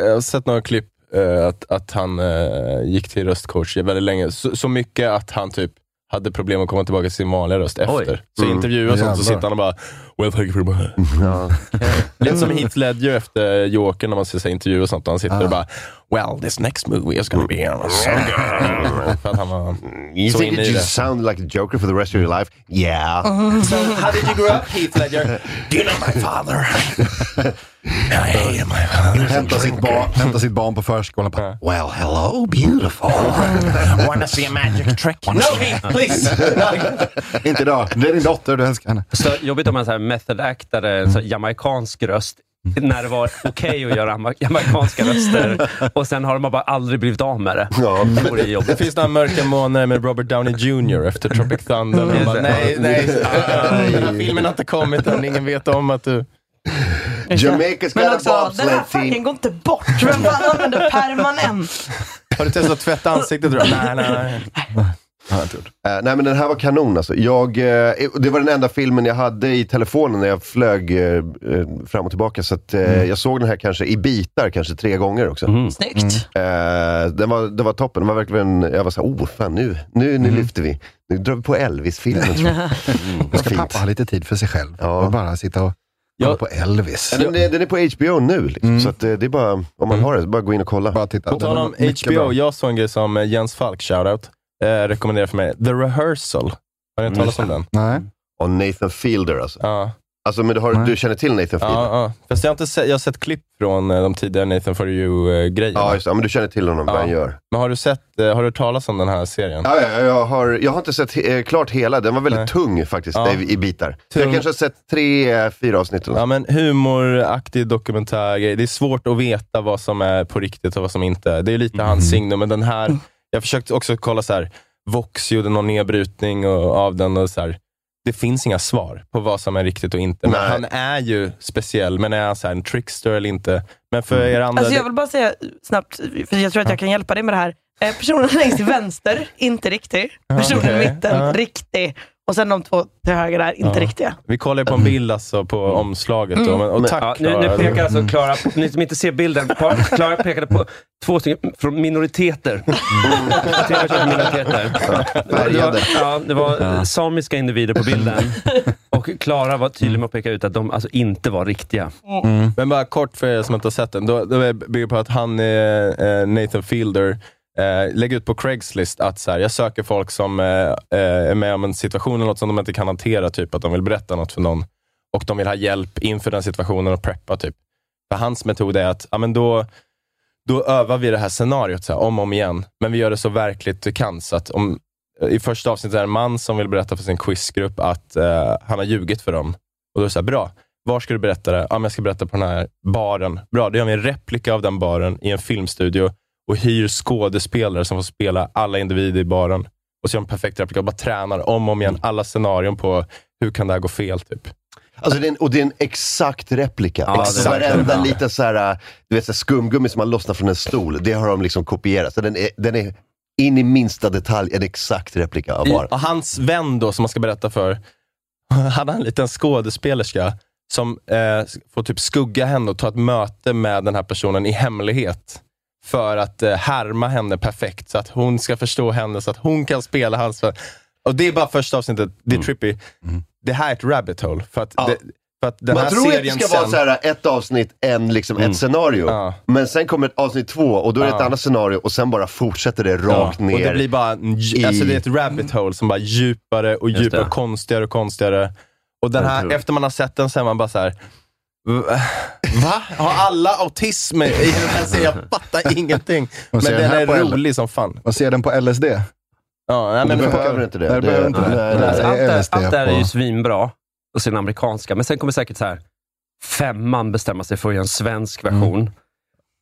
S7: jag har sett några klipp eh, att, att han eh, gick till röstcoach väldigt länge. Så, så mycket att han typ hade problem att komma tillbaka till sin vanliga röst efter. Så i
S8: Mm.
S7: intervjuer och sånt så
S8: Jävlar.
S7: sitter han och bara “Well, thank you very much”. Lite som Heath Ledger efter Joker när man ser så här intervjuer och sånt. Och han sitter
S8: Ah.
S7: och bara “Well, this next movie is gonna be so good”. För att han var
S8: You
S7: så
S8: think
S7: inne
S8: that
S7: i
S8: you
S7: det.
S8: sound like a joker for the rest of your life? Yeah.
S7: So, how did you grow up Heath Ledger? Do you know my father?
S3: Hämta sitt, barn, hämta sitt barn på förskolan. Bara, well, hello beautiful.
S7: Wanna see a magic trick? No, Heath, please!
S3: inte idag. Det är din dotter, du älskar henne.
S5: Så jobbigt om en så här method-actare, en så jamaikansk röst, när det var okej att göra ama- jamaikanska röster och sen har de bara aldrig blivit av med det. Det vore
S7: Det
S5: jobbigt.
S7: finns några mörka månader med Robert Downey Jr efter Tropic Thunder.
S5: Mm.
S7: Han bara, nej, nej.
S8: Nej.
S7: Den här filmen har inte kommit än. Ingen vet om att du...
S8: Jamaica's
S4: Men
S8: got a
S4: också, den här
S8: bobsled
S4: färgen
S8: team.
S4: går inte bort. Vem fan använder permanent?
S7: Har du testat att tvätta ansiktet? tror du? Nej, nej, nej.
S8: Eh, nej men den här var kanon alltså. Jag, eh, det var den enda filmen jag hade i telefonen när jag flög eh, eh, fram och tillbaka. Så att, eh, jag såg den här kanske i bitar, kanske tre gånger också.
S5: Mm.
S4: Snyggt.
S8: Eh, den var, det var toppen. Den var verkligen, jag var såhär, oh fan nu, nu, nu lyfter vi. Nu drar vi på Elvis-filmen. tror jag.
S5: Mm.
S3: Nu
S8: Vad
S3: ska
S8: fint.
S3: pappa ha lite tid för sig själv. Och bara sitta och kolla på Elvis.
S8: Ja, Den, är- den är på HBO nu, liksom. så att, eh, det är bara, om man har det, så bara gå in och kolla. Bara
S3: titta.
S7: På tal om HBO, jag såg en grej som eh, Jens Falk, shoutout, eh, rekommenderade för mig. The Rehearsal. Har ni hört talas om den?
S3: Nej.
S8: Och Nathan Fielder alltså.
S7: Ja.
S8: Alltså men du, har, du känner till Nathan Fielder?
S7: Ja, ja. Fast jag har, inte sett, jag har sett klipp från eh, de tidigare Nathan For You-grejerna.
S8: Ja, just det. Ja, men du känner till honom, vad han gör.
S7: Men har du sett, eh, har du hört talas om den här serien?
S8: Ja, ja, jag, har, jag har inte sett he- eh, klart hela, den var väldigt tung faktiskt,
S7: Ja.
S8: i, i bitar.
S7: Tung.
S8: Jag kanske har sett tre, eh, fyra avsnitt eller
S7: Ja,
S8: något.
S7: men humoraktig dokumentärgrej. Det är svårt att veta vad som är på riktigt och vad som inte är. Det är lite hans signum, men den här... Jag försökte också kolla så här. Vox gjorde någon nedbrytning och, av den. och så här, Det finns inga svar på vad som är riktigt och inte. Men
S8: Nej.
S7: han är ju speciell, men är han så här en trickster eller inte? Men för er andra...
S4: Alltså jag vill bara säga snabbt, för jag tror att jag kan hjälpa dig med det här. Eh, Personen längst till vänster, inte riktig.
S7: Ja,
S4: Personen i
S7: okej.
S4: mitten,
S7: Ja.
S4: riktig. Och sen de två till höger där, inte
S7: Ja.
S4: riktiga.
S7: Vi kollar ju på en bild alltså på omslaget. Då, men, och tack
S5: ja, nu, nu
S7: Klara.
S5: pekar alltså Klara, ni som inte ser bilden, på- Klara pekade på två stycken från minoriteter. Tre personer från minoriteter. Det var, ja, det var samiska individer på bilden. Och Klara var tydlig med att peka ut att de alltså inte var riktiga.
S7: Men bara kort för er som inte har sett den. Då, då är- bygger på att han, eh, eh, Nathan Fielder, eh, lägger ut på Craigslist att så här, jag söker folk som eh, eh, är med om en situation eller något som de inte kan hantera, typ att de vill berätta något för någon och de vill ha hjälp inför den situationen och preppa. typ. För hans metod är att ja, men då, då övar vi det här scenariot så här, om och om igen, men vi gör det så verkligt vi kan. Så att om, I första avsnittet är det en man som vill berätta för sin quizgrupp att eh, han har ljugit för dem. Och då är det så här, bra. Var ska du berätta det? Ja, men jag ska berätta på den här baren. Bra, då gör vi en replika av den baren i en filmstudio och hyr skådespelare som får spela alla individer i baren. Och så gör de en perfekt replika och bara tränar om och om igen alla scenarion på hur kan det här gå fel. Typ.
S8: Alltså, det är en, och det är en exakt replika.
S7: Ja, det är
S8: exakt.
S7: verkligen.
S8: Varenda
S7: Ja.
S8: liten så här, du vet, så här skumgummi som har lossnat från en stol, det har de liksom kopierat. Så den är, den är in i minsta detalj en exakt replika av
S7: I,
S8: bara.
S7: och hans vän då, som man ska berätta för, hade en liten skådespelerska som eh, får typ skugga henne och ta ett möte med den här personen i hemlighet för att eh, härma henne perfekt, så att hon ska förstå henne, så att hon kan spela hans vän. Och det är bara första avsnittet, det är trippy. Det här är ett rabbit hole. För att, det, för att den
S8: Man
S7: här
S8: tror ju att det
S7: serien
S8: ska
S7: sen... Mm.
S8: vara så här, ett avsnitt, en, liksom, ett scenario. Men sen kommer ett avsnitt två och då är det ett
S7: Ja.
S8: annat scenario och sen bara fortsätter det rakt
S7: Ja,
S8: ner.
S7: Och det blir bara, en dj-
S8: i-
S7: alltså det är ett rabbit hole som bara djupare och
S8: Just
S7: djupare,
S8: det.
S7: konstigare och konstigare. Och den här,
S8: Otroligt.
S7: efter man har sett den så är man bara så här. "V- Va? Har alla autism i den här serien? Jag fattar ingenting. Men
S3: ser
S7: den,
S3: den här
S7: är
S3: på L.
S7: rolig som fan.
S3: Man ser den på LSD.
S7: Ja, nej, men
S3: Du
S7: på-
S3: behöver inte det.
S7: Nej,
S3: Det- behöver inte det.
S5: Nej,
S3: Det
S5: alltså,
S3: är
S5: allt, där,
S3: LSD
S5: allt där
S3: på-
S5: är ju svinbra, och sen amerikanska, men sen kommer säkert så här femman bestämma sig för att göra en svensk version.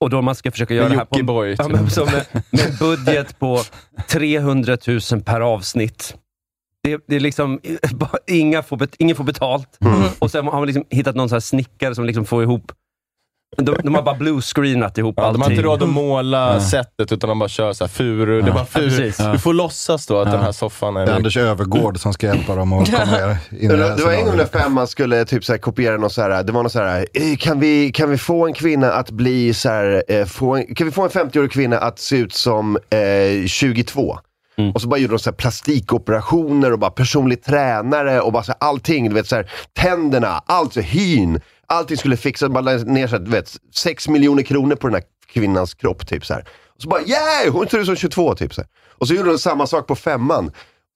S5: Och då man ska försöka
S7: Mm. Med
S5: göra det här på,
S7: Jockiboi,
S5: ja,
S7: typ.
S5: men, så med, med en budget på 300 000 per avsnitt. Det, det är liksom, bara- inga får bet, ingen får betalt.
S7: Mm.
S5: Och sen har man liksom hittat någon så här snickare som liksom får ihop... De, de har bara bluescreenat ihop
S7: Ja, de har inte råd att måla
S5: Ja.
S7: sättet, utan de bara kör så här furu. Det är
S5: Ja.
S7: bara
S5: Ja,
S7: furu.
S5: precis. Ja.
S7: Du får låtsas då att
S3: Ja.
S7: den här soffan är...
S3: Det är Anders Övergård som ska hjälpa dem att komma ner in i
S8: Det
S3: det
S8: var
S3: här
S8: det var en gång när
S3: scenariot.
S8: Femman skulle typ så här kopiera någon så här, det var någon så här, eh, kan vi, kan vi få en kvinna att bli så här, eh, få en, kan vi få en 50-årig kvinna att se ut som eh, 22? Och så bara gjorde de så här plastikoperationer och bara personlig tränare och bara så här, allting, du vet så här, tänderna, allt, så här, hyn, allting skulle fixas, bara la ner så här, du vet, 6 miljoner kronor på den här kvinnans kropp typ så här. Och så bara, yeah, hon ser ut som 22 typ så här. Och så gjorde de samma sak på femman.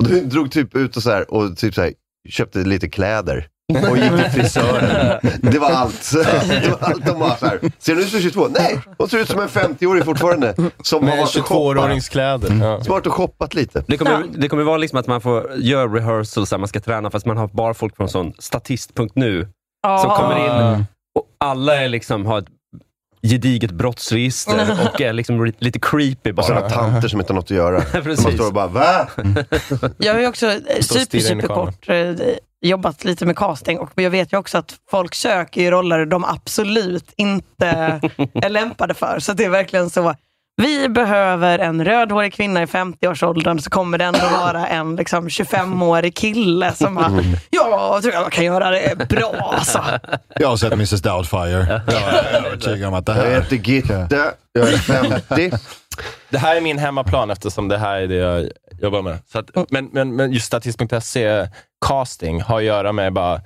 S8: Och då drog typ ut och så här, och typ så här, köpte lite kläder. Och gick till frisören. Det var allt. Det var allt de var så här. Ser du ut som 22? Nej, hon ser ut som en 50-årig fortfarande. Som har
S7: Med
S8: varit och shoppat.
S7: 22-åringskläder. Ja.
S8: Som har varit och shoppat lite.
S5: Det kommer, det kommer vara liksom att man får göra rehearsals där man ska träna, fast man har bara folk från sån statist.nu som
S4: Ja.
S5: kommer in. Och alla är liksom, har ett gediget brottsregister och är liksom re- lite creepy
S8: Och sådana
S5: bara.
S8: tanter som inte har något att göra.
S5: Precis.
S8: Alltså, Man står och bara, va?
S4: Jag har ju också eh,
S8: Står och
S4: super,
S8: stirrar in i
S4: superkort eh, jobbat lite med casting och jag vet ju också att folk söker ju roller de absolut inte är lämpade för. Så det är verkligen så. Vi behöver en rödhårig kvinna i 50-årsåldern så kommer det ändå vara en liksom, 25-årig kille som bara,
S3: Mm.
S4: ja, jag tror jag kan göra det bra alltså.
S3: Jag har sett Mrs Doubtfire. Jag är övertygad om att det här...
S8: Jag heter Gitte, jag är 50.
S7: Det här är min hemmaplan eftersom det här är det jag jobbar med. Så att,
S5: Mm.
S7: men, men, men just statist.se casting har att göra med bara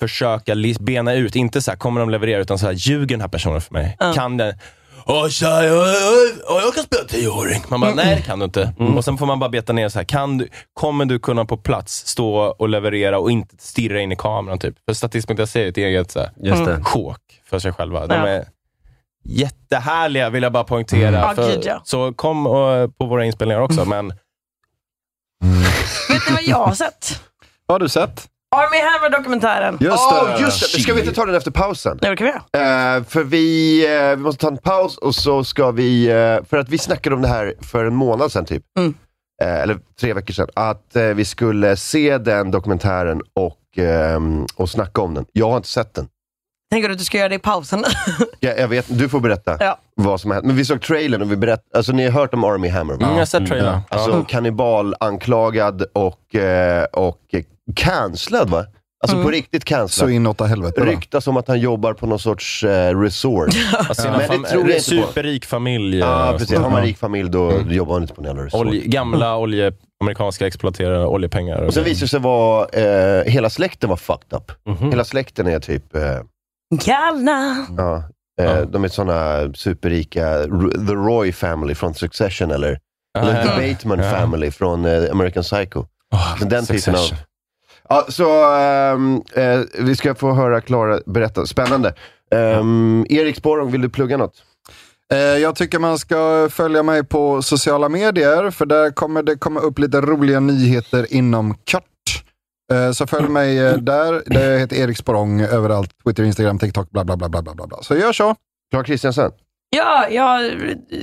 S7: försöka lis- bena ut, inte så här, kommer de leverera, utan så här, ljuger den här personen för mig? Kan den? Åh tja, jag, jag, jag kan spela tioåring. Man
S5: Mm.
S7: bara, nej det kan du inte. Och sen får man bara beta ner så här, kan du, kommer du kunna på plats stå och leverera och inte stirra in i kameran? Typ? För statist.se är ett eget så här,
S5: Just det.
S7: sjok för sig själva.
S5: Ja.
S7: De är, jättehärliga vill jag bara poängtera.
S4: Mm. Ja,
S7: För,
S4: gud, ja. Mm.
S7: Så kom och, på våra inspelningar också, men
S4: vet ni vad jag har sett?
S3: Vad har du sett?
S4: Army Hammer-dokumentären.
S8: Åh, just det. Ska vi inte ta den efter pausen?
S4: Ja, det kan vi göra.
S8: Eh, för vi, eh, vi måste ta en paus och så ska vi, eh, för att vi snackade om det här för en månad sedan typ. Eh, eller tre veckor sedan. Att eh, vi skulle se den dokumentären och, ehm, och snacka om den. Jag har inte sett den.
S4: Tänker du att du ska göra det i pausen?
S8: Jag, jag vet, du får berätta
S4: Ja.
S8: vad som hänt. Men vi såg trailern och vi berättade, alltså ni har hört om Army Hammer va?
S7: Mm, jag har sett trailern.
S8: Ja. Alltså
S7: Ja.
S8: kannibal anklagad och, eh, och eh, cancellad va? Alltså
S7: Mm.
S8: på riktigt
S3: Så
S8: cancellad.
S3: inåt helvete. va?
S8: Ryktas om att han jobbar på någon sorts eh, resort.
S7: alltså,
S8: Men det tror jag inte på.
S7: superrik familj.
S8: Ja,
S7: eh,
S8: precis. Har man rik familj då
S7: Mm.
S8: jobbar man inte på en jävla resort.
S7: olje, gamla olje, amerikanska exploaterare, oljepengar.
S8: Och sen visar det sig vara, eh, hela släkten var fucked up.
S7: Mhm.
S8: Hela släkten är typ, eh,
S4: Galna!
S8: ja, eh, de är såna superrika, R- the Roy family från Succession eller, eller
S7: ja,
S8: the
S7: ja.
S8: Bateman
S7: Ja.
S8: family från eh, American Psycho.
S5: Ah,
S8: Men den typen av...
S7: Succession.
S8: Ja, så ehm, eh, vi ska få höra Klara berätta. Spännande. Ehm, Erik Sporrong, vill du plugga något?
S3: Eh, Jag tycker man ska följa mig på sociala medier, för där kommer det komma upp lite roliga nyheter inom kort. Eh, Så följ mig eh, där. Det heter Erik Sporrong överallt. Twitter, Instagram, TikTok, bla bla bla. bla, bla, bla. Så gör så.
S8: Klara Kristiansen?
S4: Ja, jag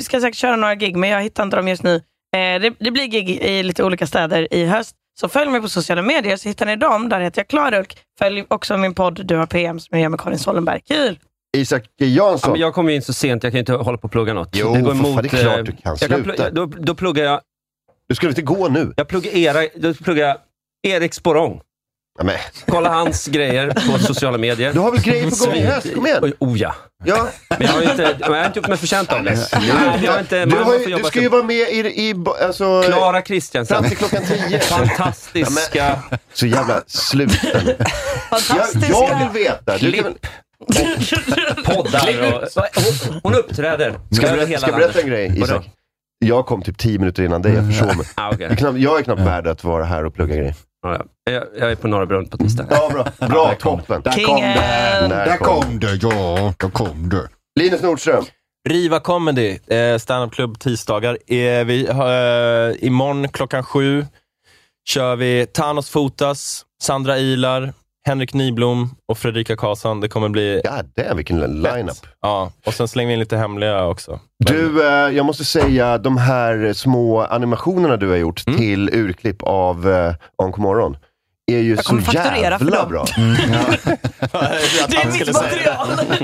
S4: ska säkert köra några gig, men jag hittar inte dem just nu. Eh, det, det blir gig i lite olika städer i höst. Så följ mig på sociala medier så hittar ni dem. Där heter jag Klarulk. Följ också min podd Du har PM som jag gör med Karin Sollenberg. Kul!
S8: Isak
S5: Ja,
S8: Jansson?
S5: men jag kommer ju in så sent, jag kan ju inte hålla på och plugga något.
S8: Jo, för fan, det är klart du kan.
S5: eh, jag
S8: Sluta.
S5: plugga, då, då pluggar jag...
S8: Du skulle inte gå nu?
S5: Jag pluggar, era, då pluggar jag Erik Sporrong.
S8: Ja, men.
S5: Kolla hans grejer på sociala medier.
S8: Du har väl grejer på gång i höst? Kom igen!
S5: Oh ja.
S8: Ja.
S5: Men jag har ju inte, men jag har inte gjort mig förtjänt av det. Nej, jag har inte,
S8: Du,
S5: man
S8: har
S5: får
S8: ju, du
S5: jobba
S8: ska ju
S5: som-
S8: vara med i... i bo- alltså,
S5: Klara Kristiansen.
S8: fram till klockan tio.
S5: Fantastiska...
S8: Så jävla sluta nu.
S4: Fantastiska.
S8: Jag, jag vill veta. Du kan,
S5: poddar. Och, hon, hon uppträder
S8: ska jag
S5: över
S8: berätta,
S5: hela
S8: ska jag
S5: landet.
S8: berätta en grej,
S5: Vadå?
S8: Isak? Jag kom typ tio minuter innan dig, jag försov mig.
S5: Ah,
S8: Jag är
S5: okej.
S8: knappt, jag är knappt värd att vara här och plugga grejer.
S5: Ja, ja. jag, jag är på Norra Brunn på tisdag.
S8: Ja, bra. Bra, toppen.
S3: Där kom
S4: Kingen!
S3: det.
S8: Där
S3: Där
S8: kom
S3: kom det, ja. Där kom det.
S8: Linus Nordström.
S7: Riva Comedy, eh, standupklubb tisdagar. Eh, vi, har, eh, imorgon klockan sju kör vi Thanos Fotas, Sandra Ilar, Henrik Nyblom och Fredrika Karlsson. Det kommer bli...
S8: God damn, vilken lineup.
S7: Ja, och sen slänger vi in lite hemliga också.
S8: Du, eh, jag måste säga, de här små animationerna du har gjort till urklipp av eh, Onk Morgon är ju
S4: Jag
S8: så
S4: kommer fakturera för
S8: jävla
S4: dem. Mm.
S8: bra.
S4: Det är mitt material!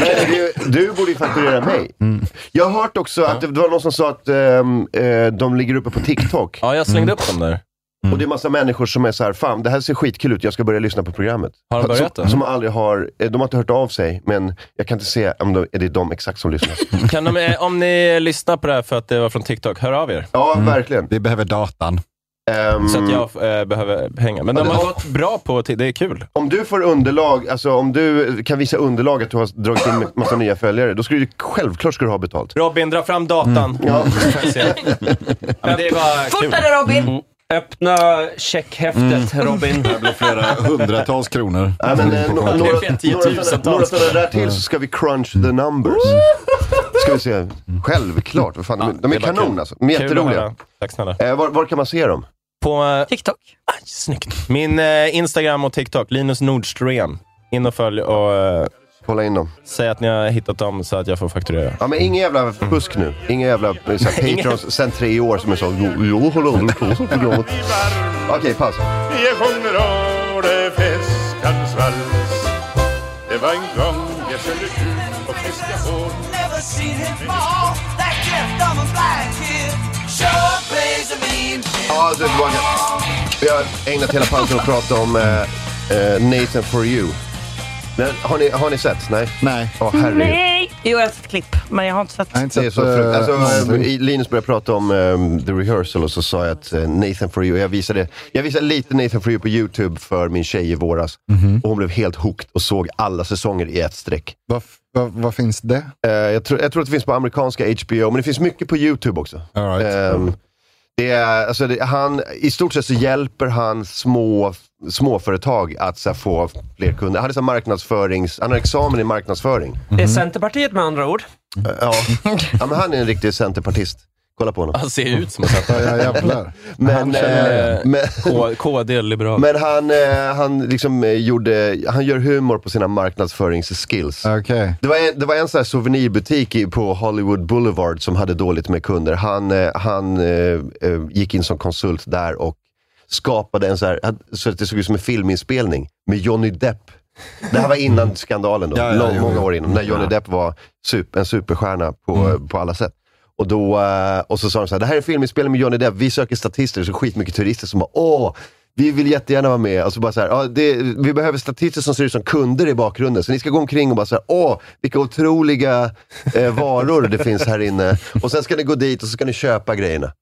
S8: Nej, du, du borde ju fakturera mig. Jag har hört också att det var någon som sa att ehm, eh, de ligger uppe på TikTok.
S7: Ja, jag slängde upp dem där. Mm.
S8: Och det är massa människor som är så här, fan det här ser skitkul ut, jag ska börja lyssna på programmet.
S7: Har de börjat
S8: som,
S7: då?
S8: som aldrig har, eh, de har inte hört av sig, men jag kan inte se om de, är det de exakt som lyssnar.
S7: Kan de, eh, om ni lyssnar på det här för att det var från TikTok, hör av er.
S8: Ja, verkligen. Ehm,
S3: Vi behöver datan.
S7: Mm. Så att jag eh, behöver hänga. Men
S8: Ja,
S7: de
S8: det-
S7: har gått bra på, det är kul.
S8: Om du får underlag, alltså om du kan visa underlag att du har dragit in massa nya följare, då skulle du självklart skulle du ha betalt.
S7: Robin, dra fram datan.
S8: Mm.
S7: Mm.
S8: Ja.
S7: Men det var kul.
S4: Fortare Robin!
S5: Öppna checkhäftet Robin.
S3: Det blir flera hundratals kronor.
S8: Ja, men, eh,
S3: På
S8: no- några
S3: kontot.
S8: några
S7: tiotusentals.
S8: sådana några sådana där
S7: Mm.
S8: till så ska vi crunch the numbers. Ska vi se. Självklart. Vad fan, de, de är
S7: det var
S8: kanon
S7: kul.
S8: alltså. De är
S7: Kul att
S8: jätteroliga.
S7: höra. Tack snälla.
S8: Eh, var, var kan man se dem?
S7: På eh,
S4: TikTok.
S7: aj, snyggt. min eh, Instagram och TikTok, Linus Nordström. In och följ och eh,
S8: Kolla in dem.
S7: säg att ni har hittat dem så att jag får fakturera.
S8: Ja, men ingen jävla fusk nu. Mm. Ingen jävla eh, så här, patrons sen tre år som är så. Jo, jag håller aldrig på så programmet. Okej, pass.
S11: Jag sjunger Åre fiskans vals. Det var en gång jag skulle ut och fiska ål.
S12: Never seen him fall. That gift of a black kid sure plays a mean
S8: Ja, du är tillbaka. Vi har ägnat hela pausen åt att prata om eh, eh, Nathan for you. Men, har, ni, har ni sett? Nej?
S3: Nej.
S8: Åh, herregud.
S4: Nej! Jo, jag har sett ett klipp, men jag har inte sett.
S8: Det är så fru- alltså, eh, Linus började prata om eh, The Rehearsal och så sa jag att eh, Nathan for you, jag visade, jag visade lite Nathan for you på YouTube för min tjej i våras. Och hon blev helt hooked och såg alla säsonger i ett streck.
S3: Vad vad- vad finns det?
S8: Eh, jag, tror, jag tror att det finns på amerikanska HBO, men det finns mycket på YouTube också. Ehm, det är, alltså det, han, I stort sett så hjälper han små, småföretag att så här, få fler kunder. Han, är, så här, marknadsförings, han har examen i marknadsföring.
S5: Det är Centerpartiet med andra ord.
S8: Eh, ja. ja, men han är en riktig centerpartist. Kolla på honom.
S7: Han ser ut som en sån.
S3: Ja, jävlar.
S8: Men, eh,
S7: Eh, K- KD, liberal.
S8: men han, eh, han, liksom eh, gjorde, han gör humor på sina marknadsföringsskills.
S3: Okej.
S8: Det var en, det var en sån här souvenirbutik i- på Hollywood Boulevard som hade dåligt med kunder. Han, eh, han eh, eh, gick in som konsult där och skapade en så här, han- så att det såg ut som en filminspelning med Johnny Depp. Det här var innan skandalen, då,
S3: Mm. Ja, ja,
S8: lång,
S3: jo,
S8: många
S3: jo.
S8: år innan, när Johnny
S3: Ja. Mm.
S8: Depp var sup- en superstjärna på, på alla sätt. Och, då, eh, och så sa de så här, det här är en filminspelning med Johnny Depp, vi söker statister, så skitmycket turister som bara åh, vi vill jättegärna vara med. Och så bara så här, ja, det, vi behöver statister som ser ut som kunder i bakgrunden. Så ni ska gå omkring och bara så här, åh, vilka otroliga eh, varor det finns här inne. Och sen ska ni gå dit och så ska ni köpa grejerna.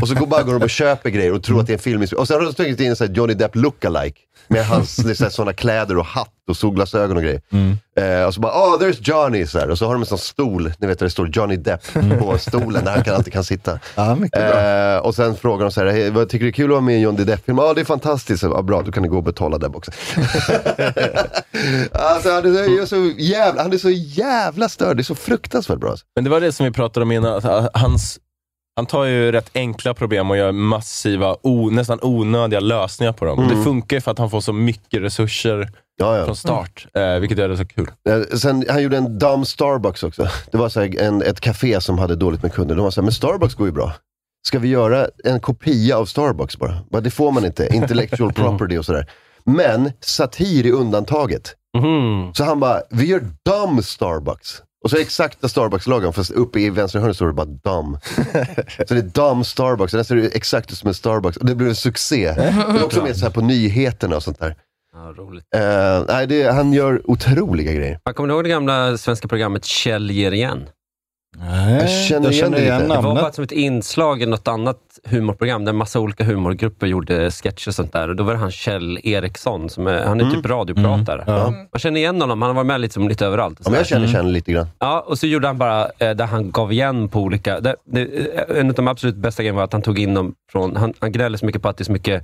S8: Och så går bara går de och köper grejer och tror att det är en filminspelning. Och sen har de tagit in en sån här Johnny Depp lookalike. Med hans det är så här såna kläder och hatt och solglasögon och grejer.
S3: Mm.
S8: Eh, och så bara, oh there's Johnny! Så här. Och så har de en sån stol, ni vet där det står Johnny Depp på stolen, där han kan, alltid kan sitta.
S3: Mm. Ja, mycket bra.
S8: Eh, och sen frågar de så här, "Hej, vad tycker du är kul att vara med i en Johnny Depp-film? Ja, det är fantastiskt. Så, "Ja, bra, då kan du gå och betala där också. alltså, han, är så, jag är så jävla, han är så jävla störd, det är så fruktansvärt bra. Alltså.
S7: Men det var det som vi pratade om innan. att Hans, han tar ju rätt enkla problem och gör massiva, o, nästan onödiga lösningar på dem. Och Det
S8: Mm.
S7: funkar ju för att han får så mycket resurser
S8: Ja, ja.
S7: från start, eh, vilket gör det så kul.
S8: Eh, Sen, han gjorde en dum Starbucks också. Det var så här, en, ett café som hade dåligt med kunder. De var så här, men Starbucks går ju bra. Ska vi göra en kopia av Starbucks bara? bara det får man inte. Intellectual property och sådär. Men satir är undantaget.
S5: Mm-hmm.
S8: Så han bara, vi gör dum Starbucks. Och så är det exakta Starbucks-lagen, fast uppe i vänstra hörnet står det bara dum. så det är dum Starbucks, och den ser ju exakt ut som en Starbucks. Och det blev en succé. Det är också med så här på nyheterna och sånt där.
S5: roligt.
S8: Eh, nej, det, han gör otroliga grejer.
S5: Man kommer ni ihåg det gamla svenska programmet Kjell ger igen?
S3: Nej,
S8: Jag känner igen det lite.
S5: Det var
S3: namnet.
S5: bara som ett inslag i något annat humorprogram där massa olika humorgrupper gjorde sketcher och sånt där. Och då var det han Kjell Eriksson, som är, han är
S8: Mm.
S5: typ radiopratare. Man känner igen honom, han har varit med liksom lite överallt. och
S8: Ja, men jag
S5: sådär.
S8: känner, känner lite grann.
S5: Ja, och så gjorde han bara eh, där han gav igen på olika... Där, det, eh, en av de absolut bästa grejerna var att han tog in dem från... Han, han gnäller så mycket på att det är så mycket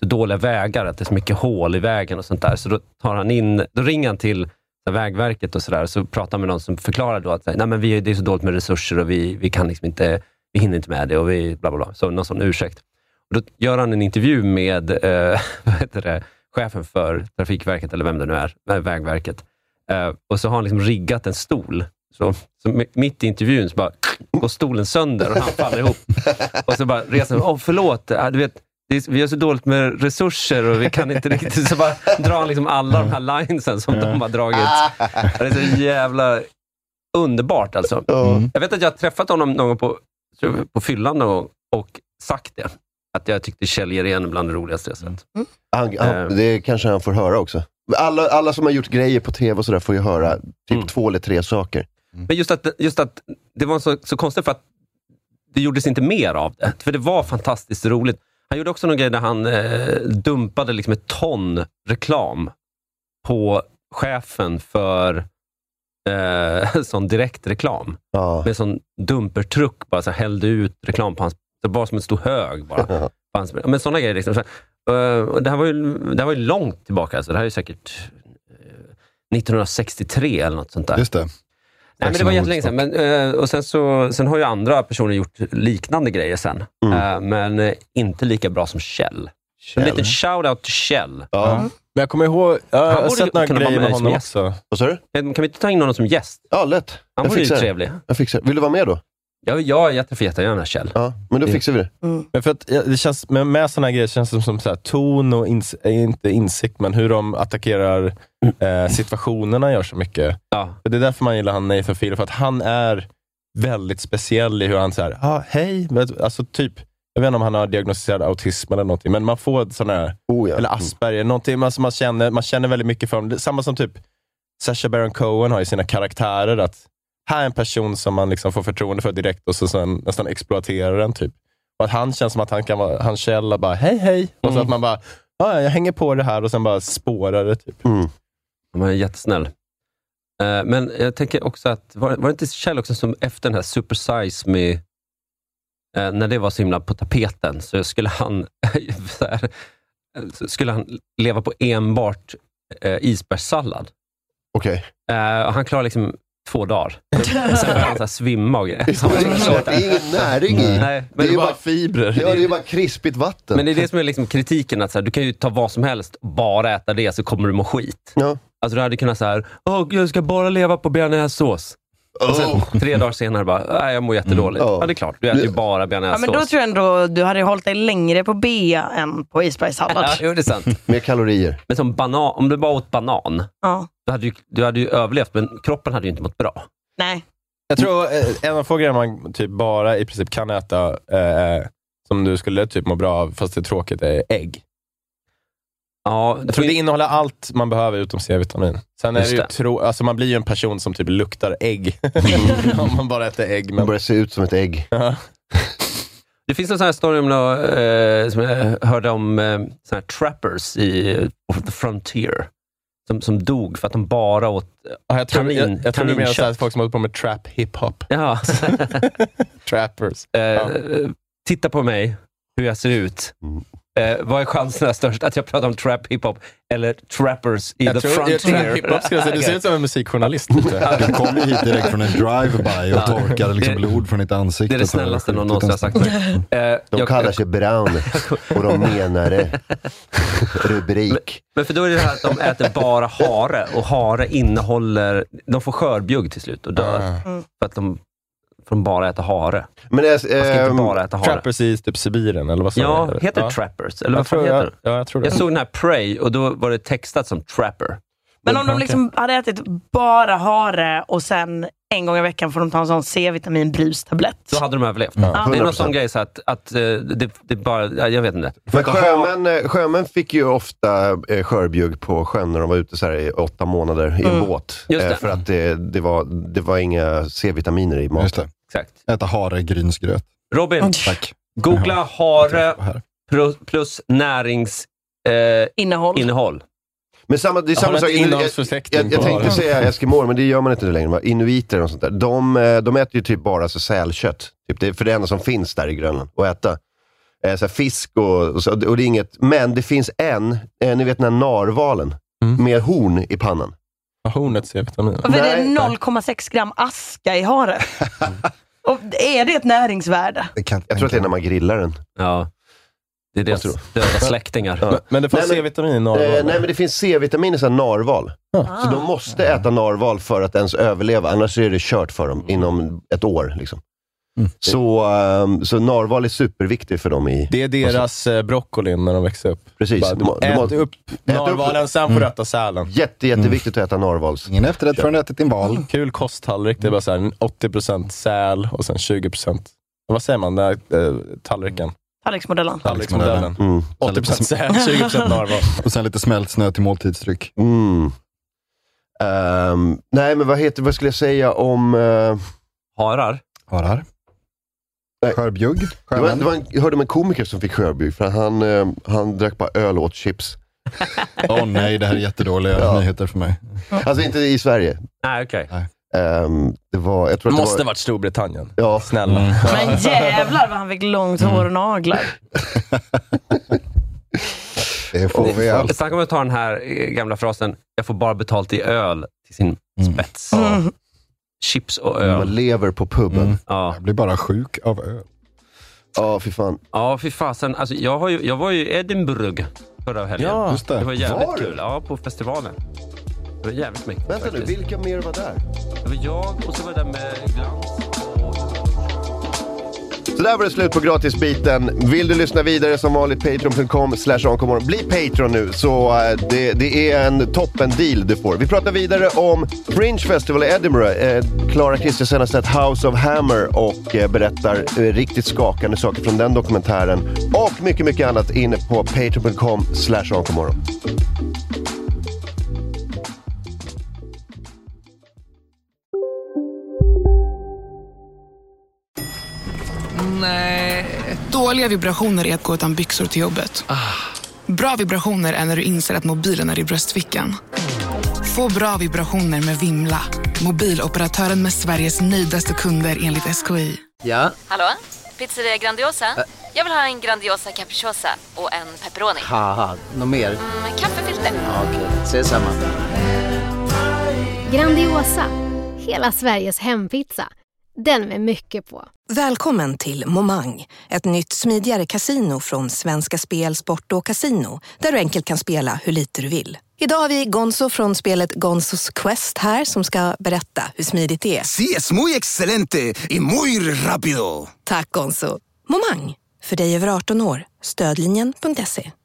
S5: så dåliga vägar, att det är så mycket hål i vägen och sånt där. Så då tar han in... Då ringer han till Vägverket och sådär, så pratar han med någon som förklarar då att så här, Nej, men vi, det är så dåligt med resurser och vi, vi kan liksom inte... Vi hinner inte med det och vi bla bla bla. Så någon sån ursäkt. Och då gör han en intervju med eh, vad heter det, chefen för Trafikverket, eller vem det nu är, eh, Vägverket. Eh, och så har han liksom riggat en stol. Så, så mi- mitt i intervjun så bara går stolen sönder och han faller ihop. Och så bara reser han. Åh, förlåt. Ah, du vet, det är, vi har så dåligt med resurser och vi kan inte riktigt... Så bara drar han liksom alla de här linesen som de har dragit. Det är så jävla underbart alltså.
S8: Mm.
S5: Jag vet att jag har träffat honom någon gång på, tror jag, på fyllan någon gång och sagt det. Att jag tyckte Kjell Jerén är bland det roligaste jag sett.
S8: Han,
S5: Eh.
S8: han, det kanske han får höra också. Alla, alla som har gjort grejer på tv och sådär får ju höra typ
S5: Mm.
S8: två eller tre saker.
S5: Men just att, just att det var så, så konstigt för att det gjordes inte mer av det. För det var fantastiskt roligt. Han gjorde också någon grej där han eh, dumpade liksom ett ton reklam på chefen för eh, sån direktreklam. Med sån dumpertruck, bara så här, hällde ut reklam på hans... Det var som en stor hög bara. på hans, men såna grejer. Liksom. Så, här, eh, och det, här var ju, det här var ju långt tillbaka. Alltså. Det här är ju säkert eh, 1963 eller något sånt där.
S3: Just det.
S5: Nej, men det var jättelänge sedan. Men, eh, och sen, så, sen har ju andra personer gjort liknande grejer sen,
S8: Mm.
S5: Eh, men eh, inte lika bra som Kjell. En liten shout-out till Kjell.
S7: Men jag kommer ihåg, jag
S5: Han
S7: har
S5: borde
S7: sett några
S5: kunna vara
S7: grejer
S5: med
S7: med
S5: som
S7: honom
S5: gäst.
S7: också.
S8: Vad sa du?
S5: Eh, Kan vi inte ta in honom som gäst?
S8: Ja, lätt.
S5: Han
S8: Jag
S5: vore ju
S8: fixar det.
S5: trevlig.
S8: Jag fixar. det. Vill du vara med då?
S5: Ja, ja jag träffar jättegärna Kjell.
S8: Ja, men då fixar vi det.
S7: Men för att, ja, det känns, men med sådana grejer känns det som så här, ton och ins, eh, inte insikt, men hur de attackerar eh, situationerna gör så mycket. För Det är därför man gillar han Nathan Fielder, för att han är väldigt speciell i hur han säger ah, hej. Men, Alltså typ, jag vet inte om han har diagnostiserad autism eller någonting, men man får sådana här,
S8: Oh,
S7: eller Asperger, någonting, alltså man, känner, man känner väldigt mycket för honom. Det är Samma som typ Sacha Baron Cohen har i sina karaktärer, att här är en person som man liksom får förtroende för direkt och så sen nästan exploaterar den. typ. Och att han känns som att han kan vara, han källa bara hej hej. Och så att man bara, ah, jag hänger på det här och sen bara spårar det. Typ.
S5: Han var jättesnäll. Eh, men jag tänker också att, var, var det inte Kjell också som efter den här Super Size Me, eh, när det var så himla på tapeten, så skulle han, så här, eh, så skulle han leva på enbart eh, isbergssallad.
S8: Okej.
S5: Eh, och han klarade liksom två dagar. Sen började han så här svimma och grejer.
S8: Det är ingen näring i.
S5: Nej, men
S8: det är ju
S5: bara-
S8: bara fibrer. Ja, det är ju bara krispigt vatten.
S5: Men det är det som är liksom kritiken, att så här, du kan ju ta vad som helst och bara äta det, så kommer du må skit. Alltså du hade kunnat säga, jag ska bara leva på bearnaisesås. Och
S8: Oh.
S5: sen tre dagar senare bara, nej jag
S8: Mm.
S5: mår jättedåligt. Ja det är klart, du äter ju bara
S4: Ja, men då
S5: bearnaisesås.
S4: tror jag ändå du hade hållit dig längre på bea än på isbergssallad.
S5: Ja, jo, det är sant.
S8: Mer kalorier.
S5: Men som banan, om du bara åt banan,
S4: Ja.
S5: du, hade ju, du hade ju överlevt, men kroppen hade ju inte mått bra.
S4: Nej.
S7: Jag tror eh, en av få grejer man typ bara i princip kan äta, eh, som du skulle typ må bra av, fast det är tråkigt, är ägg.
S5: Ja,
S7: jag tror det innehåller allt man behöver utom C-vitamin. Sen är det
S8: Just
S7: ju
S8: det.
S7: tro, alltså man blir ju en person som typ luktar ägg. om man bara äter ägg.
S8: Man
S7: Men...
S8: börjar se ut som ett ägg.
S5: Det finns en sån här story om, nå- eh, som jag hörde om eh, sån här trappers i eh, The Frontier, som, som dog för att de bara åt eh,
S7: Ja, jag tror,
S5: kanin,
S7: jag, jag tror du menar
S5: kaninkött.
S7: så här, folk som håller på med trap hiphop.
S5: Ja.
S7: Trappers.
S5: Eh, eh, Titta på mig, hur jag ser ut.
S7: Mm.
S5: Eh, vad är chanserna störst att jag pratar om trap hiphop eller trappers i
S7: Jag
S5: the
S7: tror, jag tror
S5: frontier?
S7: att hiphop skulle säga, du ser ut som en musikjournalist. lite.
S3: Du kom ju hit direkt från en drive-by och torkade liksom blod från ditt ansikte.
S5: Det är det snällaste någon någonsin har sagt. Eh,
S8: De
S5: jag-
S8: kallar sig brown och de menar det. Rubrik.
S5: Men för då är det här att de äter bara hare och hare innehåller... De får skörbjugg till slut och dör.
S7: Ah.
S5: För att de, för de bara äter hare.
S8: Men det är,
S5: Man ska
S8: ehm,
S5: inte bara äta hare.
S7: Trappers i typ Sibirien, eller vad sa
S5: Ja,
S7: du?
S5: heter det trappers? Eller
S7: jag
S5: vad fan
S7: tror,
S5: heter
S7: jag,
S5: det?
S7: Ja, jag tror det.
S5: Jag såg den här Prey och då var det textat som trapper.
S4: Men om de liksom hade ätit bara hare och sen en gång i veckan får de ta en sån C-vitaminbrustablett.
S5: Då hade de överlevt. Det är någon
S8: 100%.
S5: sån grej så att, att eh, det, det bara... ja, Jag vet inte.
S8: Men sjömän, eh, sjömän fick ju ofta eh, skörbjugg på sjön när de var ute så här i åtta månader i en
S5: Mm.
S8: båt.
S5: Just
S8: Eh,
S5: det.
S8: För att det, det, var, det var inga C-vitaminer i maten. Just
S3: det.
S5: Exakt.
S3: Äta haregrynsgröt.
S5: Robin,
S3: Tack.
S5: googla hare plus- plus näringsinnehåll.
S4: Innehåll.
S5: Eh, innehåll.
S8: Men samma, det är
S5: Har
S8: samma
S5: du
S8: sak.
S5: inte
S8: inu-
S5: innehållsförteckning
S8: jag, jag, jag
S5: på
S8: tänkte
S5: haren?
S8: säga eskimoer, men det gör man inte nu längre. va? Inuiter och sånt där. De, eh, de äter ju typ bara så sälkött. Typ. Det är för det enda som finns där i Grönland att äta. Eh, Så här fisk och, och, så, och det är inget. Men det finns en, eh, ni vet den här narvalen,
S5: Mm.
S8: med horn i pannan.
S7: Har hornet C-vitamin?
S4: Varför är det 0,6 gram aska i hare? och är det ett näringsvärde?
S8: Jag tror att det är när man grillar den.
S5: Ja. Det är deras
S7: Alltså.
S5: döda släktingar.
S8: Ja. Nej, men- Eh, nej, men det finns C-vitamin i sån här narval.
S7: Ah.
S8: Så de måste äta narval för att ens överleva, annars är det kört för dem inom ett år. Liksom.
S7: Mm.
S8: Så, ehm, så narval är superviktig för dem i...
S7: Det är deras eh, broccoli när de växer upp.
S8: Precis.
S7: Bara,
S8: De har- de
S7: ät
S8: har-
S7: upp narvalen, sen får
S8: Mm.
S7: du äta sälen.
S8: Jätte, jätteviktigt att äta narval.
S3: Ingen efterrätt förrän du ätit din val.
S7: Kul kosttallrik. Det är bara så här 80% säl och sen 20% vad säger man? Där, eh, tallriken.
S4: Tallriksmodellen.
S7: Tallriksmodellen.
S8: Mm.
S7: 80% säl, 20% narval.
S3: Och sen lite smält snö till måltidsdryck.
S8: Mm. Ehm, nej, men vad, heter, vad skulle jag säga om... eh,
S5: Harar?
S3: Harar? Skörbjugg?
S8: Det var, det var en, jag hörde om en komiker som fick skörbjugg, för han, eh, han drack bara öl och åt chips.
S3: Åh nej, det här är jättedåliga
S8: Ja.
S3: nyheter för mig.
S8: Alltså inte i Sverige.
S5: Nej, okej.
S8: Ehm, det var, jag tror att det
S7: Måste
S8: var...
S7: varit Storbritannien.
S8: Ja.
S3: Mm.
S7: Snälla.
S4: Men jävlar vad han fick långt hår och naglar.
S3: Det får vi allt.
S5: Snacka om att ta den här eh, gamla frasen, jag får bara betalt i öl till sin
S7: Mm.
S5: spets. Chips och öl.
S8: Man lever på puben.
S5: Ja.
S3: Jag blir bara sjuk av öl.
S8: Ja, fy fan.
S5: Ja, fy fasen. Alltså, jag, har ju, jag var ju i Edinburgh förra helgen.
S8: Ja, just det.
S5: var jävligt
S8: Var du?
S5: kul. Ja, på festivalen. Det var jävligt mycket
S8: Vänta nu,
S5: faktiskt.
S8: vilka mer var där?
S5: Det var jag och så var det där med glans.
S8: Så där var det slut på gratisbiten. Vill du lyssna vidare som vanligt, patreon.com slash oncommorgon. Bli Patreon nu, så eh, det, det är en toppen deal du får. Vi pratar vidare om Fringe Festival i Edinburgh. Eh, Clara Kristiansen har sett House of Hammer och eh, berättar eh, riktigt skakande saker från den dokumentären. Och mycket, mycket annat inne på patreon.com slash oncommorgon.
S13: Nej. Dåliga vibrationer är att gå utan byxor till jobbet. Bra vibrationer är när du inser att mobilen är i bröstfickan. Få bra vibrationer med Vimla. Mobiloperatören med Sveriges nöjdaste kunder enligt SKI.
S14: Ja,
S15: Hallå? Pizzeria Grandiosa? Jag vill ha en Grandiosa capriciosa och en pepperoni.
S14: haha, något mer?
S15: Med kaffefilter.
S14: Ja, Okej, ses samma.
S16: Grandiosa, hela Sveriges hempizza. Den med mycket på.
S2: Välkommen till Momang, ett nytt smidigare casino från Svenska Spel, Sport och Casino, där du enkelt kan spela hur lite du vill. Idag har vi Gonzo från spelet Gonzos Quest här som ska berätta hur smidigt det är.
S17: Sí, es muy excelente y muy rápido.
S2: Tack Gonzo! Momang, för dig över 18 år. Stödlinjen.se.